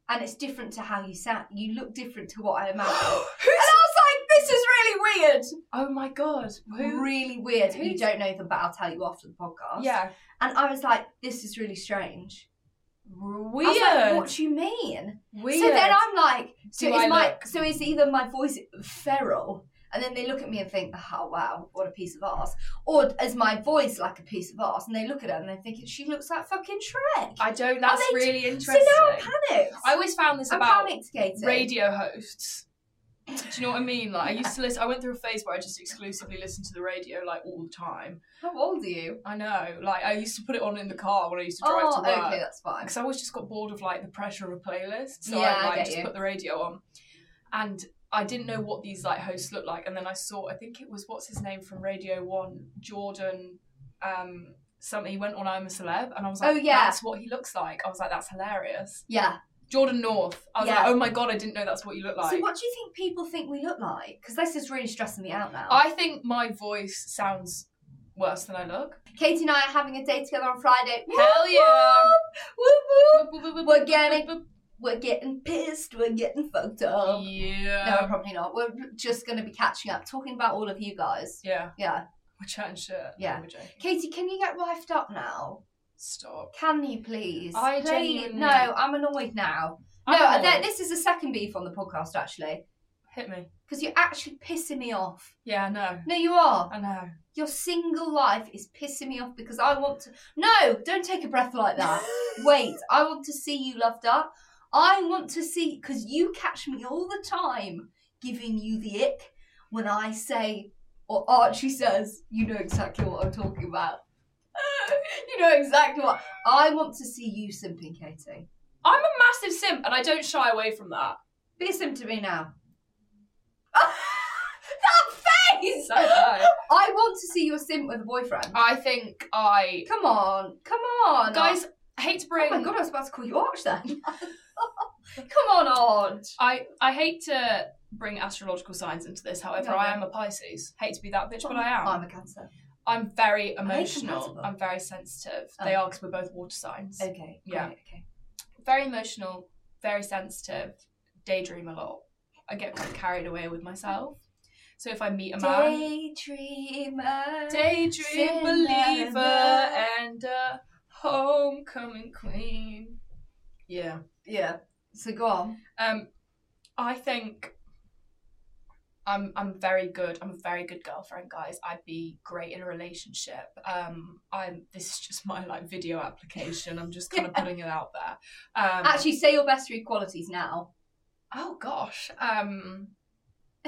Speaker 1: and it's different to how you sound. You look different to what I imagined." and I was like, "This is really weird."
Speaker 2: oh my god. Who?
Speaker 1: really weird. You
Speaker 2: who's-
Speaker 1: don't know them, but I'll tell you after the podcast.
Speaker 2: Yeah.
Speaker 1: And I was like, "This is really strange."
Speaker 2: Weird.
Speaker 1: I was like, "What do you mean?"
Speaker 2: Weird.
Speaker 1: So then I'm like, so
Speaker 2: Do
Speaker 1: is
Speaker 2: I
Speaker 1: my
Speaker 2: look?
Speaker 1: so is either my voice feral, and then they look at me and think, oh wow, what a piece of ass, or is my voice like a piece of ass, and they look at her and they think she looks like fucking Shrek.
Speaker 2: I don't. That's
Speaker 1: they-
Speaker 2: really
Speaker 1: so
Speaker 2: interesting.
Speaker 1: now I'm panicked.
Speaker 2: I always found this
Speaker 1: I'm
Speaker 2: about
Speaker 1: panicked, Katie.
Speaker 2: radio hosts. Do you know what I mean? Like I used to listen. I went through a phase where I just exclusively listened to the radio like all the time.
Speaker 1: How old are you?
Speaker 2: I know. Like I used to put it on in the car when I used to drive
Speaker 1: Oh,
Speaker 2: to work.
Speaker 1: okay, that's fine.
Speaker 2: because I always just got bored of like the pressure of a playlist, so
Speaker 1: Yeah, I
Speaker 2: I like
Speaker 1: get
Speaker 2: just
Speaker 1: you.
Speaker 2: put the radio on, and I didn't know what these like hosts looked like, and then I saw I think it was what's his name from Radio One, Jordan, um, something. He went on I'm a Celeb, and I was like,
Speaker 1: Oh, yeah.
Speaker 2: that's what he looks like. I was like, that's hilarious.
Speaker 1: Yeah.
Speaker 2: Jordan North. I was
Speaker 1: Yeah.
Speaker 2: like, oh my god, I didn't know that's what you look like.
Speaker 1: so what do you think people think we look like? Because this is really stressing me out now.
Speaker 2: I think my voice sounds worse than I look.
Speaker 1: Katie and I are having a day together on Friday.
Speaker 2: Hell
Speaker 1: Whoop,
Speaker 2: yeah.
Speaker 1: whoop. Whoop, whoop. We're getting we're getting pissed. We're getting fucked up. No,
Speaker 2: Yeah.
Speaker 1: probably not. We're just going to be catching up, talking about all of you guys.
Speaker 2: Yeah.
Speaker 1: Yeah.
Speaker 2: We're chatting shit. No,
Speaker 1: Yeah.
Speaker 2: we're joking.
Speaker 1: Katie, can you get wifed up now?
Speaker 2: Stop.
Speaker 1: Can you please?
Speaker 2: I
Speaker 1: please?
Speaker 2: genuinely-
Speaker 1: No, I'm annoyed now. no, uh, th- this is the second beef on the podcast, actually,
Speaker 2: Hit me.
Speaker 1: because you're actually pissing me off.
Speaker 2: Yeah, I know.
Speaker 1: No, you are.
Speaker 2: I know.
Speaker 1: Your single life is pissing me off because I want to. No, don't take a breath like that. Wait, I want to see you loved up. I want to see because you catch me all the time giving you the ick when I say or Archie says, you know exactly what I'm talking about. you know exactly what I want to see you simping, Katie.
Speaker 2: I'm a massive simp and I don't shy away from that.
Speaker 1: Be a simp to me now. that face!
Speaker 2: So bad.
Speaker 1: I want to see you a simp with a boyfriend.
Speaker 2: I think I.
Speaker 1: Come on, come on,
Speaker 2: Guys, I hate to bring.
Speaker 1: Oh my god, I was about to call you Arch then. Come on, Arch.
Speaker 2: I, I hate to bring astrological signs into this, however,
Speaker 1: No.
Speaker 2: I am a Pisces. Hate to be that
Speaker 1: Oh,
Speaker 2: bitch, but I am.
Speaker 1: I'm a cancer.
Speaker 2: I'm very
Speaker 1: Are they
Speaker 2: emotional.
Speaker 1: compatible?
Speaker 2: I'm very sensitive.
Speaker 1: Oh.
Speaker 2: They are because we're both water signs.
Speaker 1: Okay.
Speaker 2: Yeah.
Speaker 1: great, Okay.
Speaker 2: Very emotional, very sensitive, daydream a lot. I get quite carried away with myself. So if I meet a man.
Speaker 1: Daydreamer.
Speaker 2: Daydream
Speaker 1: Sin
Speaker 2: believer
Speaker 1: lover.
Speaker 2: and a homecoming queen. Yeah.
Speaker 1: yeah. So go on.
Speaker 2: Um, I think I'm I'm very good. I'm a very good girlfriend, guys. I'd be great in a relationship. Um, I'm this is just my like video application. I'm just kind of putting it out there. Um,
Speaker 1: Actually, say your best three qualities now.
Speaker 2: oh gosh. Um,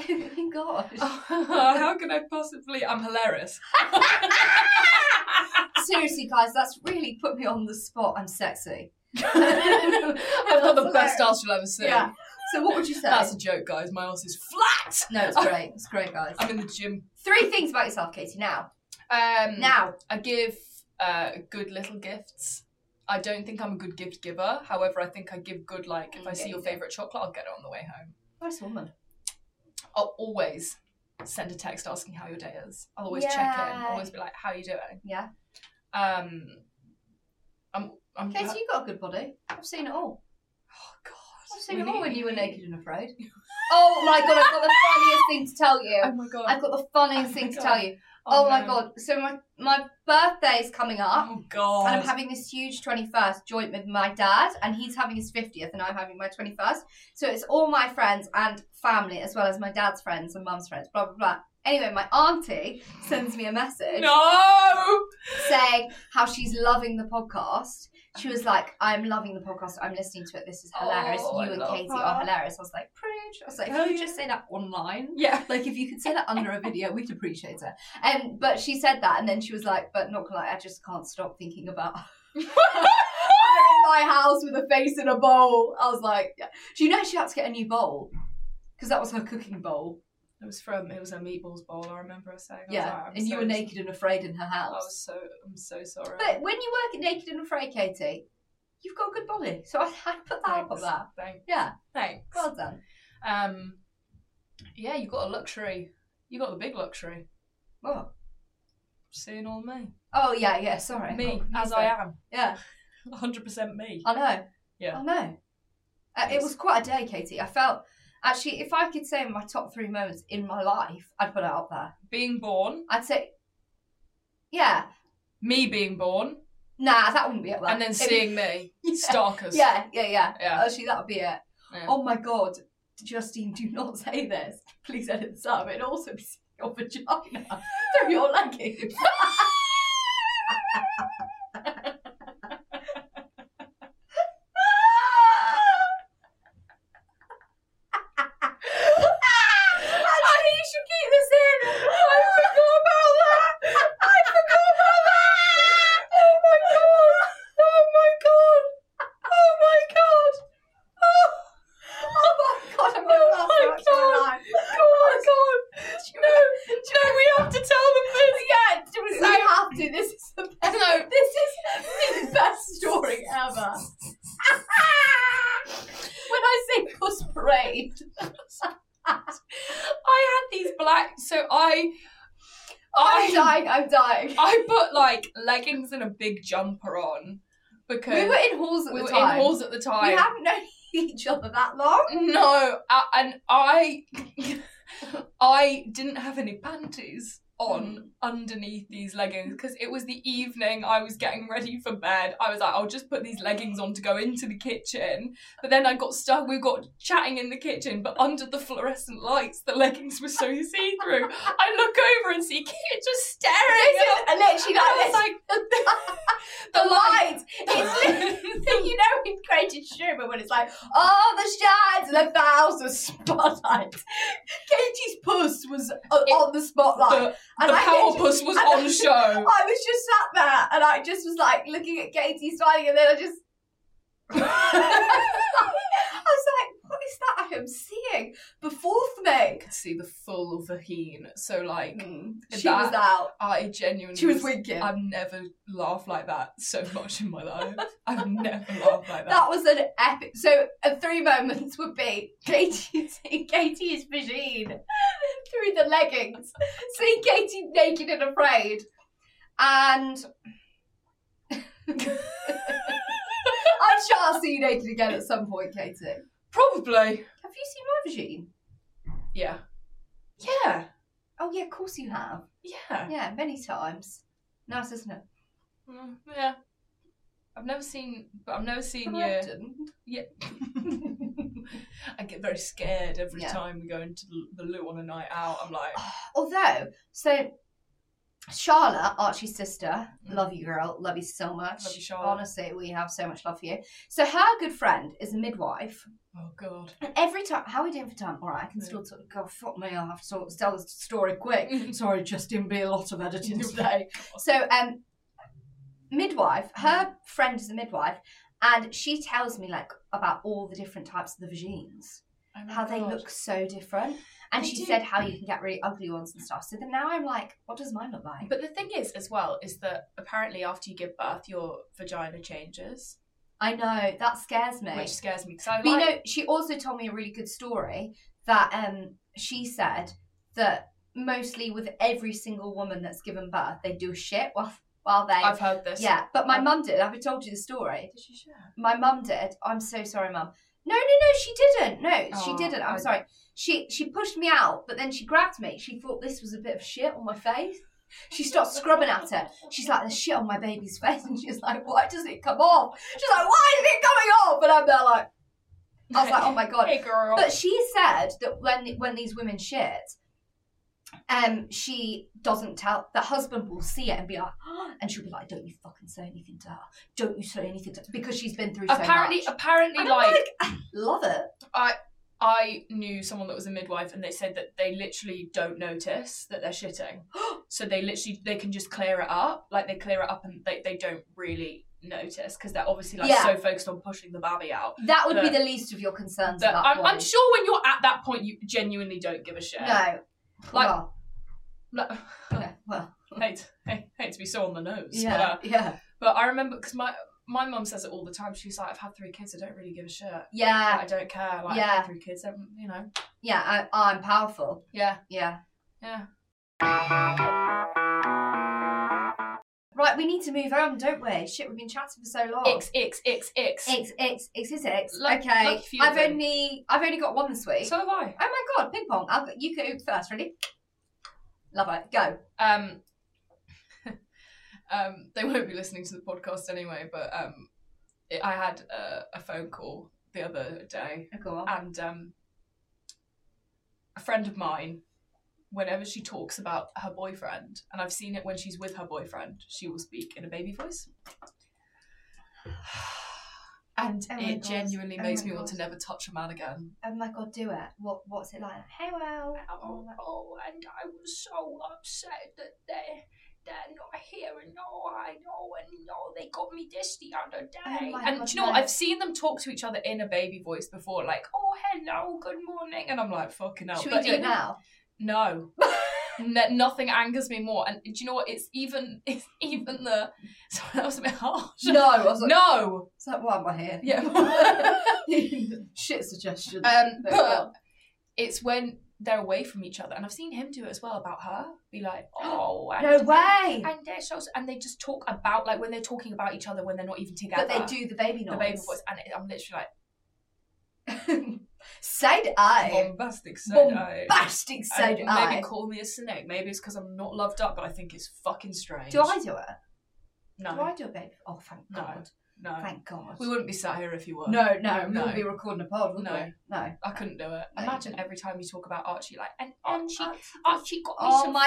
Speaker 1: oh my gosh.
Speaker 2: how can I possibly? I'm hilarious.
Speaker 1: Seriously, guys, that's really put me on the spot. I'm sexy.
Speaker 2: I've got the
Speaker 1: That's
Speaker 2: best
Speaker 1: hilarious.
Speaker 2: ass you'll ever see.
Speaker 1: Yeah. So what would you say?
Speaker 2: That's a joke, guys. My ass is flat.
Speaker 1: no, it's great. It's great, guys.
Speaker 2: I'm in the gym.
Speaker 1: Three things about yourself, Katie. Now.
Speaker 2: Um,
Speaker 1: Now.
Speaker 2: I give uh, good little gifts. I don't think I'm a good gift giver. However, I think I give good, like, if I
Speaker 1: Okay,
Speaker 2: see your
Speaker 1: yeah.
Speaker 2: favourite chocolate, I'll get it on the way home.
Speaker 1: Nice woman.
Speaker 2: Oh, always. send a text asking how your day is. I'll always check in.
Speaker 1: Yeah.
Speaker 2: I'll always be like, "How you doing?"
Speaker 1: Yeah.
Speaker 2: Um, I'm. I'm
Speaker 1: Katie, you got a good body. I've seen it all.
Speaker 2: oh God.
Speaker 1: I've seen
Speaker 2: We
Speaker 1: it all
Speaker 2: need-
Speaker 1: when
Speaker 2: we
Speaker 1: you were
Speaker 2: need-
Speaker 1: naked and afraid. Oh my god, I've got the funniest thing to tell you.
Speaker 2: Oh my God.
Speaker 1: I've got the funniest
Speaker 2: Oh my
Speaker 1: thing to
Speaker 2: God.
Speaker 1: tell you. Oh, my
Speaker 2: no.
Speaker 1: god. So my my birthday is coming up.
Speaker 2: Oh God.
Speaker 1: And I'm having this huge 21st joint with my dad, and he's having his 50th, and I'm having my 21st. So it's all my friends and family, as well as my dad's friends and mum's friends, blah, blah, blah. Anyway, my auntie sends me a message
Speaker 2: no.
Speaker 1: saying how she's loving the podcast. She was like, I'm loving the podcast. I'm listening to it. This is hilarious.
Speaker 2: Oh, I
Speaker 1: you and
Speaker 2: love
Speaker 1: Katie
Speaker 2: her.
Speaker 1: are hilarious. I was like, Pruge. I was like,
Speaker 2: Hell
Speaker 1: if you
Speaker 2: yeah.
Speaker 1: just say that online,
Speaker 2: Yeah.
Speaker 1: like if you could say that under a video, we'd appreciate it. Um, but she said that, and then she was like, "But not gonna lie, I just can't stop thinking about." I'm in my house with a face in a bowl. I was like, yeah. "Do you know she had to get a new bowl because that was her cooking bowl?"
Speaker 2: It was from. It was a meatballs bowl. I remember us saying. I was
Speaker 1: yeah,
Speaker 2: like, I'm
Speaker 1: and you
Speaker 2: so-
Speaker 1: were naked and afraid in her
Speaker 2: I
Speaker 1: house.
Speaker 2: was Oh, so. I'm so sorry.
Speaker 1: But when you work at naked and afraid, Katie, you've got a good body, so I had put that up on
Speaker 2: Thanks.
Speaker 1: that.
Speaker 2: Thanks.
Speaker 1: Yeah,
Speaker 2: Thanks.
Speaker 1: well done.
Speaker 2: Um, yeah, you got a luxury. You got the big luxury.
Speaker 1: What?
Speaker 2: Seeing all me,
Speaker 1: Oh yeah, yeah. Sorry,
Speaker 2: me
Speaker 1: Oh,
Speaker 2: as I am,
Speaker 1: Yeah,
Speaker 2: hundred percent me.
Speaker 1: I know.
Speaker 2: Yeah.
Speaker 1: I know. Uh, it
Speaker 2: Yes.
Speaker 1: was quite a day, Katie. I felt actually, if I could say my top three moments in my life, I'd put it up there.
Speaker 2: Being born,
Speaker 1: I'd say, yeah,
Speaker 2: me being born,
Speaker 1: nah, that wouldn't be up there.
Speaker 2: and then
Speaker 1: It'd
Speaker 2: seeing me,
Speaker 1: Yeah.
Speaker 2: stalkers.
Speaker 1: be, yeah, yeah, yeah,
Speaker 2: Yeah.
Speaker 1: Actually, that would be it.
Speaker 2: Yeah.
Speaker 1: Oh my god, Justine, do not say this. Please edit this up. It'd also be seeing your vagina through your leggings. Actually, you should keep this in. I forgot about that. I forgot about that. Oh my god. Oh my god. Oh my god. Oh, oh my god. I'm going to
Speaker 2: Oh
Speaker 1: laugh
Speaker 2: my
Speaker 1: so much in
Speaker 2: God.
Speaker 1: my life.
Speaker 2: my
Speaker 1: Oh
Speaker 2: god! No, do you know we have to tell them this?
Speaker 1: Yeah, do we
Speaker 2: So-
Speaker 1: have to. This is the best.
Speaker 2: No.
Speaker 1: This is the best story ever. when I say puss parade,
Speaker 2: I had these black, so I,
Speaker 1: I'm
Speaker 2: I,
Speaker 1: dying. I'm dying.
Speaker 2: I put like leggings and a big jumper on because
Speaker 1: We were in halls at
Speaker 2: we
Speaker 1: the
Speaker 2: were
Speaker 1: time.
Speaker 2: in halls at the time.
Speaker 1: We haven't known each other that long.
Speaker 2: No, I, and I, I didn't have any panties
Speaker 1: Hmm.
Speaker 2: on underneath these leggings because it was the evening. I was getting ready for bed. I was like, I'll just put these leggings on to go into the kitchen. But then I got stuck. We got chatting in the kitchen, but under the fluorescent lights, the leggings were so see through. I look over and see Kit just staring.
Speaker 1: This
Speaker 2: and
Speaker 1: is literally
Speaker 2: I was
Speaker 1: like this.
Speaker 2: like,
Speaker 1: The light.
Speaker 2: it's
Speaker 1: It's li- you know in created Schumer when it's like, oh, the shades and a thousand spotlights. Katie's puss was uh,
Speaker 2: It-
Speaker 1: on the spotlight.
Speaker 2: the,
Speaker 1: and
Speaker 2: the
Speaker 1: I
Speaker 2: power
Speaker 1: literally-
Speaker 2: puss was
Speaker 1: and
Speaker 2: on
Speaker 1: I-
Speaker 2: show.
Speaker 1: I was just sat there and I just was like looking at Katie smiling and then I just I was like, what is that I am seeing before me?
Speaker 2: could see the full vagine. So like
Speaker 1: She was out.
Speaker 2: I genuinely
Speaker 1: She was winking.
Speaker 2: I've never laughed like that so much in my life. I've never laughed like that.
Speaker 1: That was an epic. So, uh, three moments would be Katie seeing Katie's vagine through the leggings, seeing Katie naked and afraid, and I'm sure I'll see you naked again at some point, Katie. Have
Speaker 2: Probably.
Speaker 1: you seen my vagine?
Speaker 2: Yeah. Yeah.
Speaker 1: Oh yeah, of course you have.
Speaker 2: Yeah.
Speaker 1: Yeah, many times. Nice, isn't it?
Speaker 2: Mm, Yeah. I've never seen but I've never seen
Speaker 1: But
Speaker 2: you
Speaker 1: I didn't.
Speaker 2: yeah. I get very scared every
Speaker 1: Yeah.
Speaker 2: time we go into the- the loo on a night out. I'm like,
Speaker 1: Although, so Charlotte, Archie's sister,
Speaker 2: Mm.
Speaker 1: love you, girl, love you so much.
Speaker 2: Love you, Charlotte.
Speaker 1: Honestly, we have so much love for you. So her good friend is a midwife,
Speaker 2: oh god.
Speaker 1: and every time, how are we doing for time? All right, I can
Speaker 2: Yeah.
Speaker 1: still talk. God, "Oh, fuck me, I'll have to sort- tell this story quick. Sorry, Justin, be a lot of editing today. so, um, midwife, her friend is a midwife, and she tells me like about all the different types of the vagines
Speaker 2: Oh my
Speaker 1: how they
Speaker 2: God.
Speaker 1: look so different. And
Speaker 2: They
Speaker 1: she
Speaker 2: do.
Speaker 1: said how you can get really ugly ones and stuff. So then now I'm like, what does mine look like?
Speaker 2: But the thing is, as well, is that apparently after you give birth, your vagina changes,
Speaker 1: I know that scares me.
Speaker 2: which scares me because I
Speaker 1: but you
Speaker 2: like.
Speaker 1: know, she also told me a really good story that um she said that mostly with every single woman that's given birth. They do shit while while they.
Speaker 2: I've heard this.
Speaker 1: yeah, but my mum did. I've told you the story.
Speaker 2: Did she share?
Speaker 1: My mum did. I'm so sorry, mum. No, no, no, she didn't. No, she
Speaker 2: Oh,
Speaker 1: didn't. I'm
Speaker 2: I-
Speaker 1: sorry. She she pushed me out, but then she grabbed me. She thought this was a bit of shit on my face. She starts scrubbing at it. She's like, "There's shit on my baby's face," and she's like, "Why doesn't it come off?" She's like, "Why is it coming off?" And I'm there like, I was like, "Oh my god!"
Speaker 2: Hey girl.
Speaker 1: But she said that when when these women shit, um, she doesn't tell the husband will see it and be like, "Ah," and she'll be like, "Don't you fucking say anything to her? Don't you say anything to her?" Because she's been through
Speaker 2: apparently, uh,
Speaker 1: so much.
Speaker 2: apparently,
Speaker 1: And I'm
Speaker 2: like
Speaker 1: love it.
Speaker 2: I knew someone that was a midwife, and they said that they literally don't notice that they're shitting. so they literally they can just clear it up, like they clear it up, and they, they don't really notice because they're obviously like
Speaker 1: Yeah.
Speaker 2: so focused on pushing the baby out.
Speaker 1: That would be
Speaker 2: But-
Speaker 1: the least of your concerns.
Speaker 2: That
Speaker 1: at that
Speaker 2: I'm, I'm
Speaker 1: point.
Speaker 2: sure when you're at that point, you genuinely don't give a shit.
Speaker 1: No.
Speaker 2: Like-
Speaker 1: well,
Speaker 2: Like,
Speaker 1: okay, well,
Speaker 2: hate, hate, hate to be so on the nose. But,
Speaker 1: yeah,
Speaker 2: uh,
Speaker 1: yeah,
Speaker 2: but I remember because my my mum says it all the time. She's like, I've had three kids. I don't really give a shit. Like,
Speaker 1: yeah,
Speaker 2: I don't care. Like, I've
Speaker 1: Yeah.
Speaker 2: had three kids. I'm, you know.
Speaker 1: yeah. I, I'm powerful.
Speaker 2: Yeah.
Speaker 1: Yeah.
Speaker 2: Yeah.
Speaker 1: Right, we need to move on, don't we? Shit, we've been chatting for so long.
Speaker 2: X X X X.
Speaker 1: X X X is X.
Speaker 2: Like-
Speaker 1: okay,
Speaker 2: like a few of
Speaker 1: I've
Speaker 2: them.
Speaker 1: only I've only got one this week.
Speaker 2: So have I.
Speaker 1: oh my god, ping pong! I'll, you go first, really. Love it. Go.
Speaker 2: Um, um, they won't be listening to the podcast anyway, but um, it, I had a, a phone call the other day,
Speaker 1: Oh, Go on.
Speaker 2: and um, a friend of mine, whenever she talks about her boyfriend, and I've seen it when she's with her boyfriend, she will speak in a baby voice. And
Speaker 1: Oh my
Speaker 2: it
Speaker 1: God.
Speaker 2: genuinely
Speaker 1: Oh
Speaker 2: makes
Speaker 1: my
Speaker 2: me want
Speaker 1: God.
Speaker 2: to never touch a man again.
Speaker 1: oh my god, do it. What What's it like? Hey, well.
Speaker 2: Oh, oh, and I was so upset that they they're not here, and no, I know, and no, they got me this the other day.
Speaker 1: Oh my
Speaker 2: and
Speaker 1: God,
Speaker 2: do you know what?
Speaker 1: no.
Speaker 2: I've seen them talk to each other in a baby voice before, like, "Oh, hello, good morning," and I'm like, "Fucking hell!"
Speaker 1: Should we
Speaker 2: But
Speaker 1: do it
Speaker 2: even-
Speaker 1: now?
Speaker 2: No. N- nothing angers me more. And do you know what? It's even it's even the. Sorry, that was a bit harsh.
Speaker 1: No, I was like,
Speaker 2: No.
Speaker 1: it's like, why am I here?
Speaker 2: Yeah.
Speaker 1: Shit suggestions.
Speaker 2: Um,
Speaker 1: No,
Speaker 2: but
Speaker 1: go on.
Speaker 2: it's when they're away from each other, and I've seen him do it as well about her. Be like, oh, and-
Speaker 1: no way.
Speaker 2: and they're so and they just talk about like when they're talking about each other when they're not even together.
Speaker 1: But they do the baby
Speaker 2: the
Speaker 1: noise.
Speaker 2: baby voice, and it, I'm literally
Speaker 1: Side
Speaker 2: like
Speaker 1: eye.
Speaker 2: bombastic,
Speaker 1: Bomb-
Speaker 2: eye.
Speaker 1: Bastic
Speaker 2: And
Speaker 1: side
Speaker 2: Maybe
Speaker 1: eye.
Speaker 2: call me a snake. Maybe it's because I'm not loved up, but I think it's fucking strange.
Speaker 1: Do I do it?
Speaker 2: No,
Speaker 1: Do I do a baby? Oh, thank
Speaker 2: No.
Speaker 1: God.
Speaker 2: no.
Speaker 1: Thank God.
Speaker 2: We wouldn't be sat here if you were.
Speaker 1: no, no, we
Speaker 2: No.
Speaker 1: wouldn't be recording a pod, would
Speaker 2: No.
Speaker 1: we? No.
Speaker 2: I couldn't do it.
Speaker 1: No, you
Speaker 2: Imagine
Speaker 1: couldn't.
Speaker 2: every time you talk about Archie, like and Archie,
Speaker 1: Archie-
Speaker 2: Archie got me
Speaker 1: Oh
Speaker 2: some
Speaker 1: my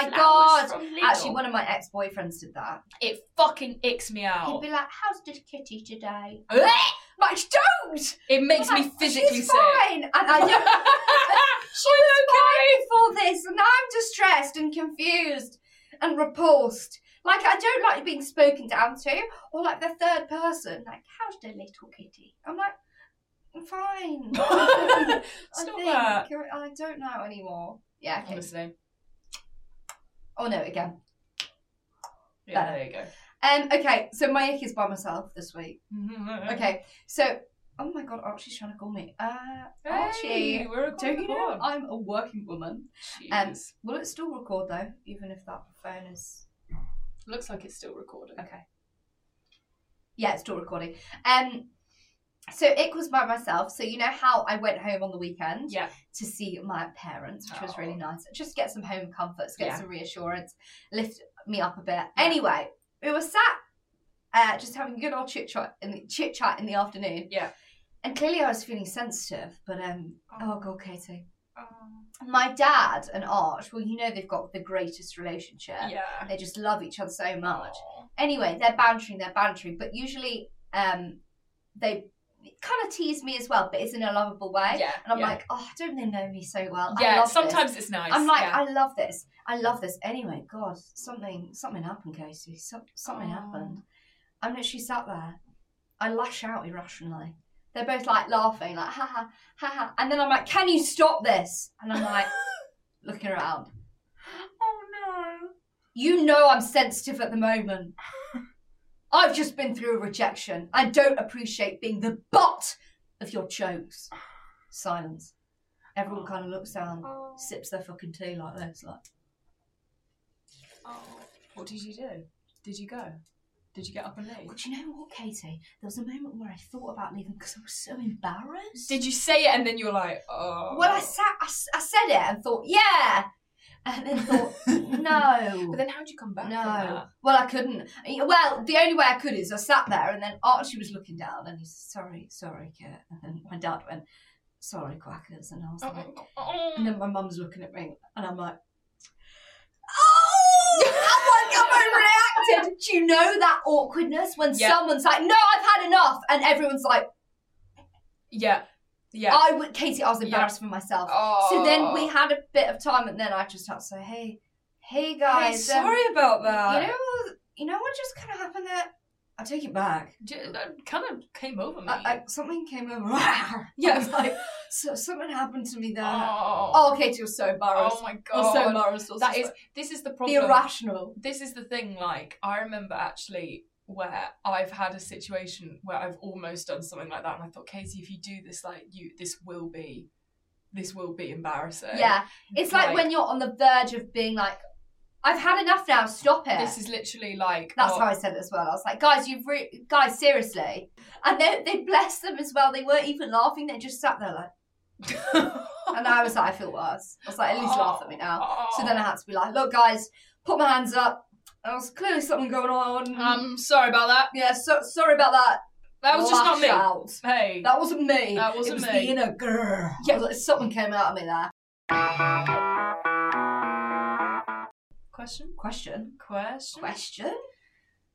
Speaker 1: God.
Speaker 2: flowers from Lidl.
Speaker 1: Uh, Actually, one of my ex-boyfriends did that.
Speaker 2: it fucking icks me
Speaker 1: He'd
Speaker 2: out.
Speaker 1: be like, "How's this kitty today?"
Speaker 2: Ugh!
Speaker 1: Like, don't.
Speaker 2: It makes me
Speaker 1: Like,
Speaker 2: physically
Speaker 1: She's
Speaker 2: sick.
Speaker 1: fine, and I
Speaker 2: I'm
Speaker 1: know
Speaker 2: okay.
Speaker 1: for this, and I'm distressed and confused and repulsed. Like, I don't like being spoken down to, or like the third person. Like, "How's the little kitty?" I'm like, "I'm fine." I
Speaker 2: Stop
Speaker 1: think-
Speaker 2: that.
Speaker 1: I don't know anymore. Yeah. Okay.
Speaker 2: Honestly.
Speaker 1: Oh no, again.
Speaker 2: Yeah, there you go.
Speaker 1: Um. Okay. So my ick is by myself this week.
Speaker 2: Okay.
Speaker 1: Okay, so oh my god, Archie's trying to call me. Uh, Archie,
Speaker 2: we're
Speaker 1: don't you
Speaker 2: recording
Speaker 1: know
Speaker 2: the pod.
Speaker 1: I'm a working woman? Um,
Speaker 2: Jeez.
Speaker 1: will it still record though, even if that phone is
Speaker 2: Looks like it's still recording.
Speaker 1: okay? Yeah, it's still recording. Um, so it was by myself. So you know how I went home on the weekend
Speaker 2: Yeah.
Speaker 1: to see my parents, which was
Speaker 2: Oh.
Speaker 1: really nice. Just get some home comforts, get
Speaker 2: Yeah.
Speaker 1: some reassurance, lift me up a bit. Anyway, we were sat uh, just having a good old chit chat in the chit chat in the afternoon.
Speaker 2: Yeah.
Speaker 1: And clearly I was feeling sensitive, but um oh god, Katie.
Speaker 2: Um,
Speaker 1: My dad and Arch, well you know they've got the greatest relationship.
Speaker 2: yeah. Oh.
Speaker 1: They just love each other so much.
Speaker 2: Aw.
Speaker 1: Anyway, they're bantering, they're bantering, but usually um they kind of tease me as well, but it's in a lovable way.
Speaker 2: Yeah.
Speaker 1: And I'm
Speaker 2: yeah.
Speaker 1: like, oh, don't they know me so well? I
Speaker 2: yeah.
Speaker 1: love this."
Speaker 2: Sometimes it's nice.
Speaker 1: I'm like,
Speaker 2: yeah.
Speaker 1: I love this. I love this. Anyway, God, something something happened, Casey. So, something
Speaker 2: Oh.
Speaker 1: happened. I'm literally sat there. I lash out irrationally. They're both like laughing, like ha ha ha ha. And then I'm like, can you stop this? And I'm like, looking around.
Speaker 2: oh no.
Speaker 1: You know I'm sensitive at the moment. I've just been through a rejection. I don't appreciate being the butt of your jokes. Silence. Everyone kind of looks down,
Speaker 2: Oh.
Speaker 1: sips their fucking tea like this, like.
Speaker 2: Oh. What did you do? Did you go? Did you get up and leave?
Speaker 1: Well, do you know what, Katie? There was a moment where I thought about leaving because I was so embarrassed.
Speaker 2: Did you say it and then you were like, oh.
Speaker 1: Well, I sat, I, s- I said it and thought, yeah, and then thought, no.
Speaker 2: But then how'd you come back? From
Speaker 1: no.
Speaker 2: that?
Speaker 1: Well, I couldn't. Well, the only way I could is I sat there and then Archie was looking down and he said, sorry, sorry, Kurt. And then my dad went, sorry, Quackers. And I was like,
Speaker 2: oh,
Speaker 1: and
Speaker 2: Mm.
Speaker 1: then my mum's looking at me and I'm like, oh, I like I've overreacted. Do you know that awkwardness when
Speaker 2: Yeah.
Speaker 1: someone's like, no, I've had enough? And everyone's like,
Speaker 2: Yeah. Yeah.
Speaker 1: I would, Katie, I was
Speaker 2: Yeah.
Speaker 1: embarrassed for myself.
Speaker 2: Oh.
Speaker 1: So then we had a bit of time, and then I just had to say, "Hey, hey
Speaker 2: Hey,
Speaker 1: guys, um,
Speaker 2: sorry about that.
Speaker 1: you know, you know what just kind of happened there? I take it back.
Speaker 2: J- that kind of came over me. Oh.
Speaker 1: I, I, something came over. I
Speaker 2: Mm. Yeah.
Speaker 1: was like, so something happened to me there. Oh,
Speaker 2: oh,
Speaker 1: Katie was so
Speaker 2: oh
Speaker 1: embarrassed.
Speaker 2: my
Speaker 1: I was
Speaker 2: god.
Speaker 1: so embarrassed. I was
Speaker 2: that
Speaker 1: just
Speaker 2: is.
Speaker 1: like,
Speaker 2: This is the
Speaker 1: the
Speaker 2: problem.
Speaker 1: irrational.
Speaker 2: this is the thing. Like I remember actually where I've had a situation where I've almost done something like that, and I thought, Katie, if you do this, like you, this will be, this will be embarrassing.
Speaker 1: Yeah, it's like, when you're on the verge of being like, "I've had enough now. Stop it."
Speaker 2: This is literally like
Speaker 1: That's
Speaker 2: oh,
Speaker 1: how I said it as well. I was like, guys, you've re- guys seriously, and they they blessed them as well. They weren't even laughing. They just sat there like. And I was like, I feel worse. I was like, at least laugh at me now. So then I had to be like, look, guys, put my hands up. There was clearly something going on.
Speaker 2: um, sorry about that.
Speaker 1: yeah, so, sorry about that.
Speaker 2: That was just not
Speaker 1: Lash
Speaker 2: me.
Speaker 1: Out.
Speaker 2: Hey,
Speaker 1: That wasn't me.
Speaker 2: That wasn't
Speaker 1: it was
Speaker 2: me.
Speaker 1: The inner girl. Yeah, it was like something came out of me there.
Speaker 2: question,
Speaker 1: Question.
Speaker 2: question,
Speaker 1: Question.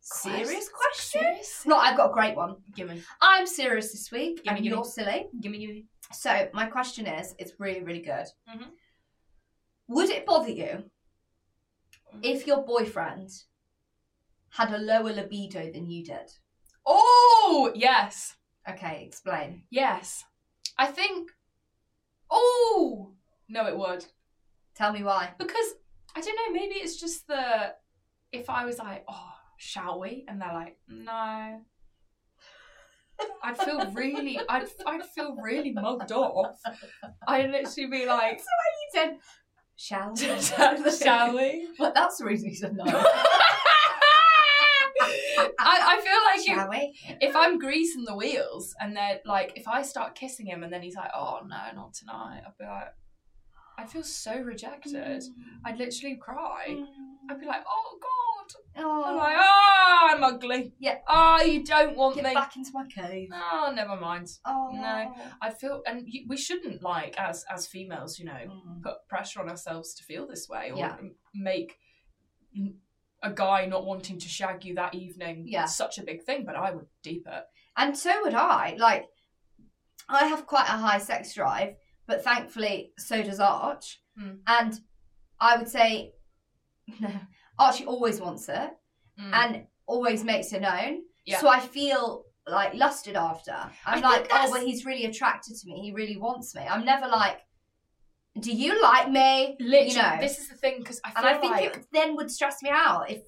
Speaker 1: Serious
Speaker 2: Quest-
Speaker 1: question.
Speaker 2: Serious?
Speaker 1: Look, I've got a great one.
Speaker 2: Gimme,
Speaker 1: I'm serious this week,
Speaker 2: Gimme,
Speaker 1: and
Speaker 2: gimme.
Speaker 1: you're silly.
Speaker 2: gimme, gimme.
Speaker 1: So my question is, it's really, really good.
Speaker 2: Mhm.
Speaker 1: Would it bother you if your boyfriend had a lower libido than you did?
Speaker 2: Oh yes,
Speaker 1: Okay, explain.
Speaker 2: yes. I think. Oh no, it would.
Speaker 1: Tell me why.
Speaker 2: because I don't know. Maybe it's just the if I was like, oh, shall we? And they're like, no. I'd feel really, I'd, I'd feel really mugged off. I'd literally be like,
Speaker 1: He said, "Shall we?"
Speaker 2: shall we?
Speaker 1: Well, that's the reason he said no.
Speaker 2: I, I feel like
Speaker 1: Shall we?
Speaker 2: if, if I'm greasing the wheels and they're like, if I start kissing him and then he's like, oh no, not tonight, I'd be like, I feel so rejected. I'd literally cry. I'd be like, oh god. I'm like,
Speaker 1: Mm. Oh,
Speaker 2: oh, I'm ugly.
Speaker 1: Yeah.
Speaker 2: Oh, you don't want
Speaker 1: get
Speaker 2: me.
Speaker 1: back into my cave.
Speaker 2: Oh, never mind.
Speaker 1: Oh
Speaker 2: No. I feel, and you, we shouldn't like as as females, you know,
Speaker 1: Mm.
Speaker 2: put pressure on ourselves to feel this way or
Speaker 1: Yeah.
Speaker 2: m- make mm, a guy not wanting to shag you that evening
Speaker 1: Yeah.
Speaker 2: such a big thing. But I would deep it.
Speaker 1: And so would I. Like, I have quite a high sex drive, but thankfully, so does Arch.
Speaker 2: Hmm.
Speaker 1: And I would say, no, Archie always wants it
Speaker 2: Mm.
Speaker 1: and always makes it known.
Speaker 2: Yeah.
Speaker 1: So I feel like lusted after.
Speaker 2: I
Speaker 1: I'm
Speaker 2: think
Speaker 1: like,
Speaker 2: that's-
Speaker 1: oh, well, he's really attracted to me. He really wants me. I'm never like, do you like me?
Speaker 2: literally,
Speaker 1: you know.
Speaker 2: this is the thing because I feel
Speaker 1: And I think
Speaker 2: like
Speaker 1: it then would stress me out if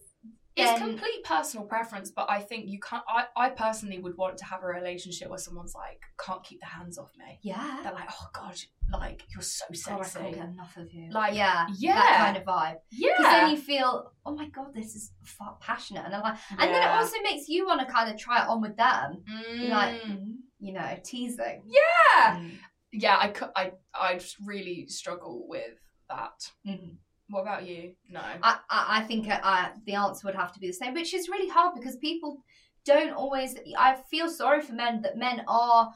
Speaker 2: It's
Speaker 1: then-
Speaker 2: complete personal preference, but I think you can't. I, I personally would want to have a relationship where someone's like, can't keep their hands off me.
Speaker 1: yeah,
Speaker 2: They're like, oh god, like you're so
Speaker 1: God, Oh, I
Speaker 2: sexy.
Speaker 1: can't get enough of you.
Speaker 2: Like,
Speaker 1: yeah,
Speaker 2: yeah,
Speaker 1: that kind of vibe.
Speaker 2: yeah.
Speaker 1: because then you feel oh my god this is fa- passionate and I'm like and then it
Speaker 2: Yeah.
Speaker 1: also makes you want to kind of try it on with them You're like
Speaker 2: Mm.
Speaker 1: mm, you know teasing
Speaker 2: yeah,
Speaker 1: Mm,
Speaker 2: yeah. I cou- I I just really struggle with that.
Speaker 1: mm.
Speaker 2: What about you? No.
Speaker 1: I, I, I think I, I, the answer would have to be the same which is really hard because people don't always I feel sorry for men that men are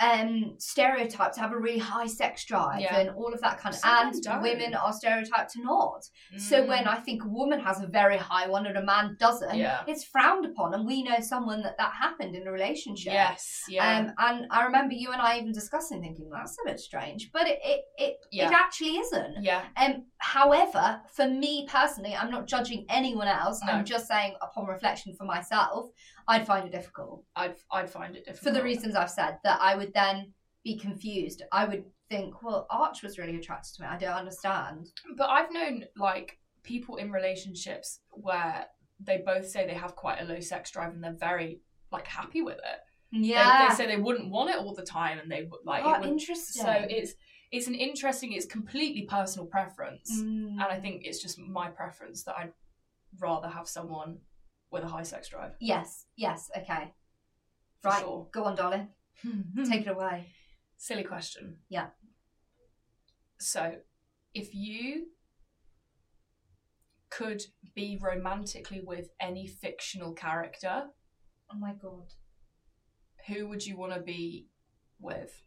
Speaker 1: um stereotyped to have a really high sex drive
Speaker 2: Yeah.
Speaker 1: and all of that kind of
Speaker 2: Some men
Speaker 1: and
Speaker 2: don't.
Speaker 1: women are stereotyped to not
Speaker 2: Mm.
Speaker 1: So when I think a woman has a very high one and a man doesn't,
Speaker 2: Yeah.
Speaker 1: it's frowned upon, and we know someone that that happened in a relationship.
Speaker 2: yes, yeah,
Speaker 1: Um, and I remember you and I even discussing, thinking that's a bit strange, but it it it,
Speaker 2: Yeah.
Speaker 1: it actually isn't.
Speaker 2: yeah,
Speaker 1: Um, however, for me personally, I'm not judging anyone else.
Speaker 2: No.
Speaker 1: I'm just saying, upon reflection for myself, I'd find it difficult
Speaker 2: I'd I'd find it difficult
Speaker 1: for the reasons I've said. That I would then be confused. I would think, well, Arch was really attracted to me. I don't understand.
Speaker 2: But I've known like people in relationships where they both say they have quite a low sex drive and they're very like happy with it. They-
Speaker 1: Yeah.
Speaker 2: They, say they wouldn't want it all the time and they would like
Speaker 1: oh,
Speaker 2: it would
Speaker 1: interesting.
Speaker 2: so it's it's an interesting it's completely personal preference.
Speaker 1: Mm.
Speaker 2: And I think it's just my preference that I'd rather have someone with a high sex drive.
Speaker 1: Yes, yes, okay.
Speaker 2: For
Speaker 1: Right,
Speaker 2: sure.
Speaker 1: go on, darling.
Speaker 2: Hmm.
Speaker 1: Take it away.
Speaker 2: Silly question.
Speaker 1: Yeah.
Speaker 2: So, if you could be romantically with any fictional character,
Speaker 1: Oh my god.
Speaker 2: who would you want to be with?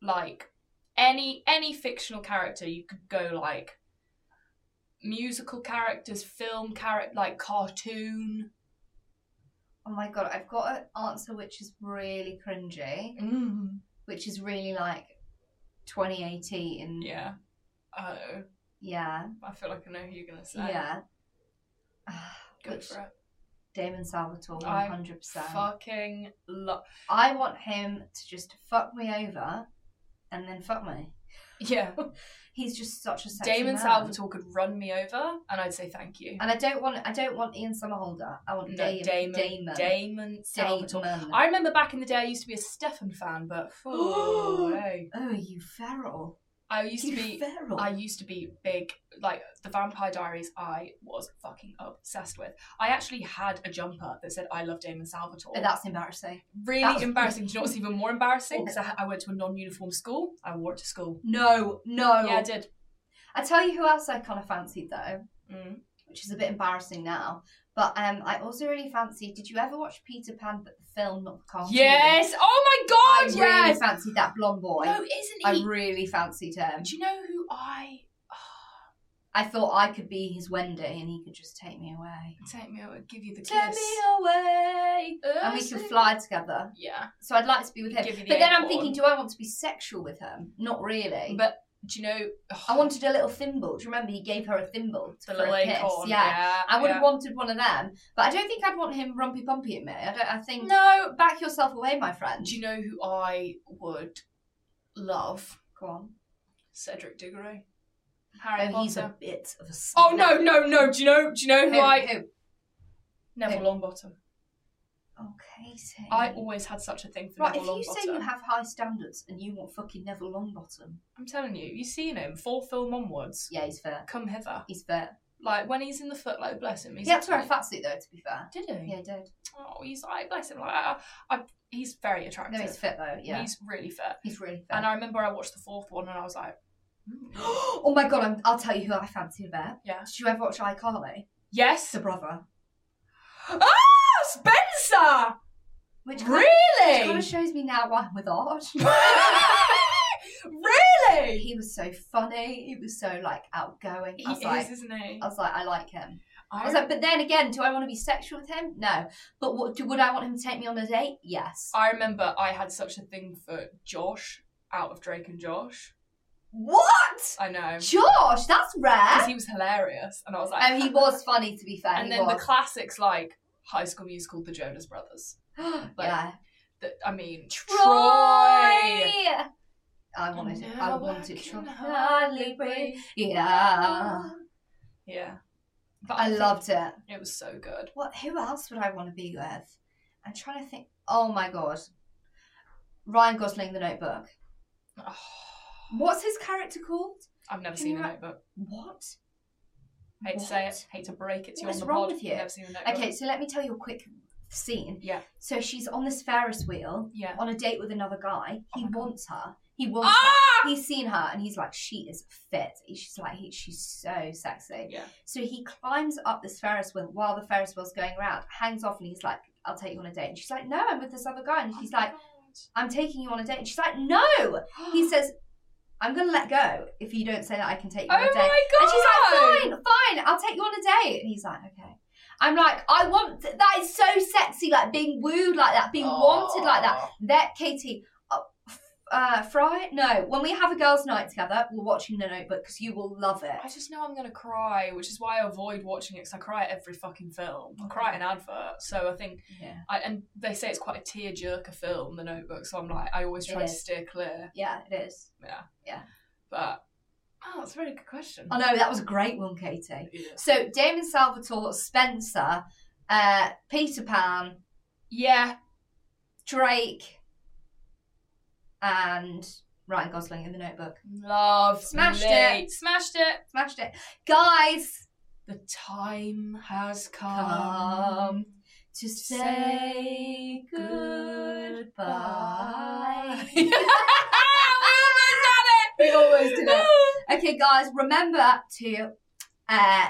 Speaker 2: Like any any fictional character, you could go like musical characters, film character, like cartoon.
Speaker 1: Oh my god, I've got an answer which is really cringy, Mm-hmm.
Speaker 2: Mm.
Speaker 1: which is really like 2018.
Speaker 2: Yeah. Oh,
Speaker 1: Yeah.
Speaker 2: I feel like I know who you're gonna say.
Speaker 1: Yeah.
Speaker 2: Go
Speaker 1: Which-
Speaker 2: for it.
Speaker 1: Damon Salvatore,
Speaker 2: I'm
Speaker 1: 100%.
Speaker 2: Fucking love.
Speaker 1: I want him to just fuck me over and then fuck me.
Speaker 2: Yeah.
Speaker 1: He's just such a sexy
Speaker 2: Damon
Speaker 1: man.
Speaker 2: Salvatore could run me over, and I'd say thank you.
Speaker 1: And I don't want I don't want Ian Somerhalder. I want
Speaker 2: No,
Speaker 1: Damon.
Speaker 2: Damon.
Speaker 1: Damon.
Speaker 2: Damon Salvatore.
Speaker 1: Damon.
Speaker 2: I remember back in the day, I used to be a Stefan fan, but oh, hey.
Speaker 1: Oh, you feral.
Speaker 2: I used to
Speaker 1: you
Speaker 2: be.
Speaker 1: feral.
Speaker 2: I used to be big, like the Vampire Diaries. I was fucking obsessed with. I actually had a jumper that said "I love Damon Salvatore."
Speaker 1: Oh, That's embarrassing.
Speaker 2: really
Speaker 1: that's-
Speaker 2: embarrassing. Do you know what's even more embarrassing? Because I, I went to a non-uniform school. I wore it to school.
Speaker 1: No, no.
Speaker 2: Yeah, I did.
Speaker 1: I tell you who else I kind of fancied though,
Speaker 2: Mm.
Speaker 1: which is a bit embarrassing now. But um, I also really fancied. Did you ever watch Peter Pan, but the film, not the cartoon?
Speaker 2: Yes. Oh my
Speaker 1: I
Speaker 2: god.
Speaker 1: really
Speaker 2: yes.
Speaker 1: fancied that blonde boy.
Speaker 2: No, isn't
Speaker 1: I
Speaker 2: he?
Speaker 1: really fancied him.
Speaker 2: Do you know who I?
Speaker 1: I thought I could be his Wendy and he could just take me away.
Speaker 2: Take me away. Give you the kiss.
Speaker 1: Take me away. And we could fly together.
Speaker 2: Yeah.
Speaker 1: So I'd like to be with him.
Speaker 2: Give you the
Speaker 1: but then I'm
Speaker 2: acorn.
Speaker 1: thinking, do I want to be sexual with him? Not really.
Speaker 2: But do you know?
Speaker 1: I wanted a little thimble. Do you remember he gave her a thimble
Speaker 2: the
Speaker 1: for
Speaker 2: little
Speaker 1: a kiss?
Speaker 2: acorn.
Speaker 1: yeah. I would
Speaker 2: yeah.
Speaker 1: have wanted one of them, but I don't think I'd want him rumpy pumpy at me. I don't. I think
Speaker 2: No,
Speaker 1: back yourself away, my friend.
Speaker 2: Do you know who I would love?
Speaker 1: Go on.
Speaker 2: Cedric Diggory. Harry
Speaker 1: Oh,
Speaker 2: Potter.
Speaker 1: he's a bit of a.
Speaker 2: Oh no, no, no! Do you know? Do you know who,
Speaker 1: Who,
Speaker 2: I?
Speaker 1: who?
Speaker 2: Neville
Speaker 1: who?
Speaker 2: Longbottom.
Speaker 1: Oh, Katie.
Speaker 2: I always had such a thing for
Speaker 1: Right, if
Speaker 2: Neville
Speaker 1: you
Speaker 2: Longbottom.
Speaker 1: say you have high standards and you want fucking Neville Longbottom,
Speaker 2: I'm telling you, you've seen him four film onwards.
Speaker 1: yeah, he's fair.
Speaker 2: Come hither,
Speaker 1: He's fair.
Speaker 2: like when he's in the footlight. Bless him. He's
Speaker 1: he had to wear a
Speaker 2: like-
Speaker 1: fat suit though, to be fair.
Speaker 2: Did he?
Speaker 1: Yeah, he did.
Speaker 2: Oh, he's like bless him. Like I, I, he's very attractive.
Speaker 1: No, he's fit though. Yeah, he's,
Speaker 2: He's really fit.
Speaker 1: really fair.
Speaker 2: And I remember I watched the fourth one and I was like, "Hmm."
Speaker 1: oh my god, I'm, I'll tell you who I fancy there.
Speaker 2: Yeah.
Speaker 1: Did you ever watch iCarly?
Speaker 2: yes,
Speaker 1: The brother.
Speaker 2: ah, Spencer,
Speaker 1: Which kind of- which kind
Speaker 2: really?
Speaker 1: of shows me now why I'm with Arch.
Speaker 2: really?
Speaker 1: he was so funny. He was so like outgoing.
Speaker 2: He
Speaker 1: I was
Speaker 2: is,
Speaker 1: like, Oh,
Speaker 2: isn't he?
Speaker 1: I was like, I like him. I
Speaker 2: I
Speaker 1: was like, but then again, do I want to be sexual with him? No. But what, do, would I want him to take me on a date? Yes.
Speaker 2: I remember I had such a thing for Josh out of Drake and Josh.
Speaker 1: What?
Speaker 2: I know.
Speaker 1: Josh, that's
Speaker 2: Because
Speaker 1: rare.
Speaker 2: he was hilarious. And I was like,
Speaker 1: Oh, he was funny to be fair.
Speaker 2: and
Speaker 1: he
Speaker 2: then the
Speaker 1: was.
Speaker 2: classics like High School Musical, The Jonas Brothers. like,
Speaker 1: yeah.
Speaker 2: That I mean,
Speaker 1: Troy. I
Speaker 2: I
Speaker 1: wanted.
Speaker 2: know
Speaker 1: I wanted
Speaker 2: can
Speaker 1: Troy.
Speaker 2: hardly breathe.
Speaker 1: Yeah.
Speaker 2: Yeah. But
Speaker 1: I
Speaker 2: think
Speaker 1: loved it.
Speaker 2: it. was so good.
Speaker 1: What? Who else would I want to be with? I'm trying to think. Oh my god. Ryan Gosling, The Notebook.
Speaker 2: Oh,
Speaker 1: What's his character called?
Speaker 2: I've never
Speaker 1: Can
Speaker 2: seen
Speaker 1: you
Speaker 2: the
Speaker 1: ra-
Speaker 2: notebook.
Speaker 1: What?
Speaker 2: Hate to say it, hate to break it to you
Speaker 1: What
Speaker 2: on
Speaker 1: is
Speaker 2: the
Speaker 1: wrong
Speaker 2: pod.
Speaker 1: with you?
Speaker 2: Never seen the notebook.
Speaker 1: Okay, so let me tell you a quick scene.
Speaker 2: Yeah.
Speaker 1: So she's on this Ferris wheel
Speaker 2: Yeah.
Speaker 1: on a date with another guy. He
Speaker 2: Oh my God.
Speaker 1: wants her. He wants
Speaker 2: Ah!
Speaker 1: her. He's seen her and he's like, she is fit. She's like, he, she's so sexy.
Speaker 2: Yeah.
Speaker 1: So he climbs up this Ferris wheel while the Ferris wheel's going around, hangs off, and he's like, I'll take you on a date. And she's like, No, I'm with this other guy. And he's like, I'm taking you on a date. And she's like, No. He says, I'm going to let go if you don't say that I can take you
Speaker 2: Oh
Speaker 1: on a date.
Speaker 2: my god!
Speaker 1: And she's like, fine, fine, I'll take you on a date. And he's like, okay. I'm like, I want that is so sexy, like being wooed like that, being wanted like that. That Katie, uh, f- uh, Fry, no, when we have a girls' night together, we're watching The Notebook because you will love
Speaker 2: I
Speaker 1: it.
Speaker 2: just know I'm gonna cry, which is why I avoid watching it because I cry at every fucking film. I cry at an advert, so I think
Speaker 1: Yeah,
Speaker 2: I and they say it's quite a tearjerker film, The Notebook. So I'm like, I always
Speaker 1: It
Speaker 2: try to
Speaker 1: is.
Speaker 2: steer clear.
Speaker 1: yeah, it is.
Speaker 2: But oh, that's a really good question.
Speaker 1: I know that was a great one, Katie.
Speaker 2: Yeah.
Speaker 1: So Damon Salvatore, Spencer, uh, Peter Pan,
Speaker 2: Yeah,
Speaker 1: Drake, and Ryan Gosling in the notebook.
Speaker 2: Love.
Speaker 1: Smashed
Speaker 2: mate. Smashed it.
Speaker 1: Smashed it. Guys,
Speaker 2: The time has
Speaker 1: Come
Speaker 2: come.
Speaker 1: Um, to say goodbye.
Speaker 2: we almost had it.
Speaker 1: We almost did it. Okay, guys, remember to uh,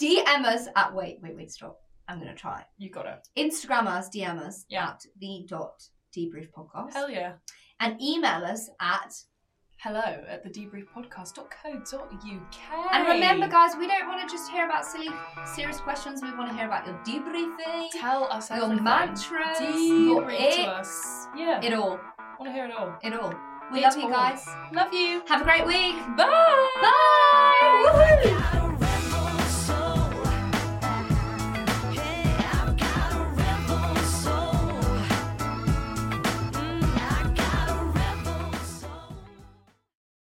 Speaker 1: DM us at. Wait, wait, wait, stop. I'm going to try.
Speaker 2: You got it.
Speaker 1: Instagram us, DM us
Speaker 2: Yeah.
Speaker 1: at the dot debrief podcast.
Speaker 2: Hell yeah.
Speaker 1: And email us at.
Speaker 2: Hello at the debriefpodcast.co.uk.
Speaker 1: And remember, guys, we don't want to just hear about silly, serious questions. We want to hear about your debriefing,
Speaker 2: tell us
Speaker 1: your
Speaker 2: everything.
Speaker 1: mantras, your
Speaker 2: Debrief to
Speaker 1: icks.
Speaker 2: us. Yeah.
Speaker 1: It all.
Speaker 2: want to hear it all.
Speaker 1: It all. We
Speaker 2: It's
Speaker 1: love you
Speaker 2: all.
Speaker 1: guys.
Speaker 2: Love you.
Speaker 1: Have a great week.
Speaker 2: Bye.
Speaker 1: Bye. Woohoo.
Speaker 3: Bye.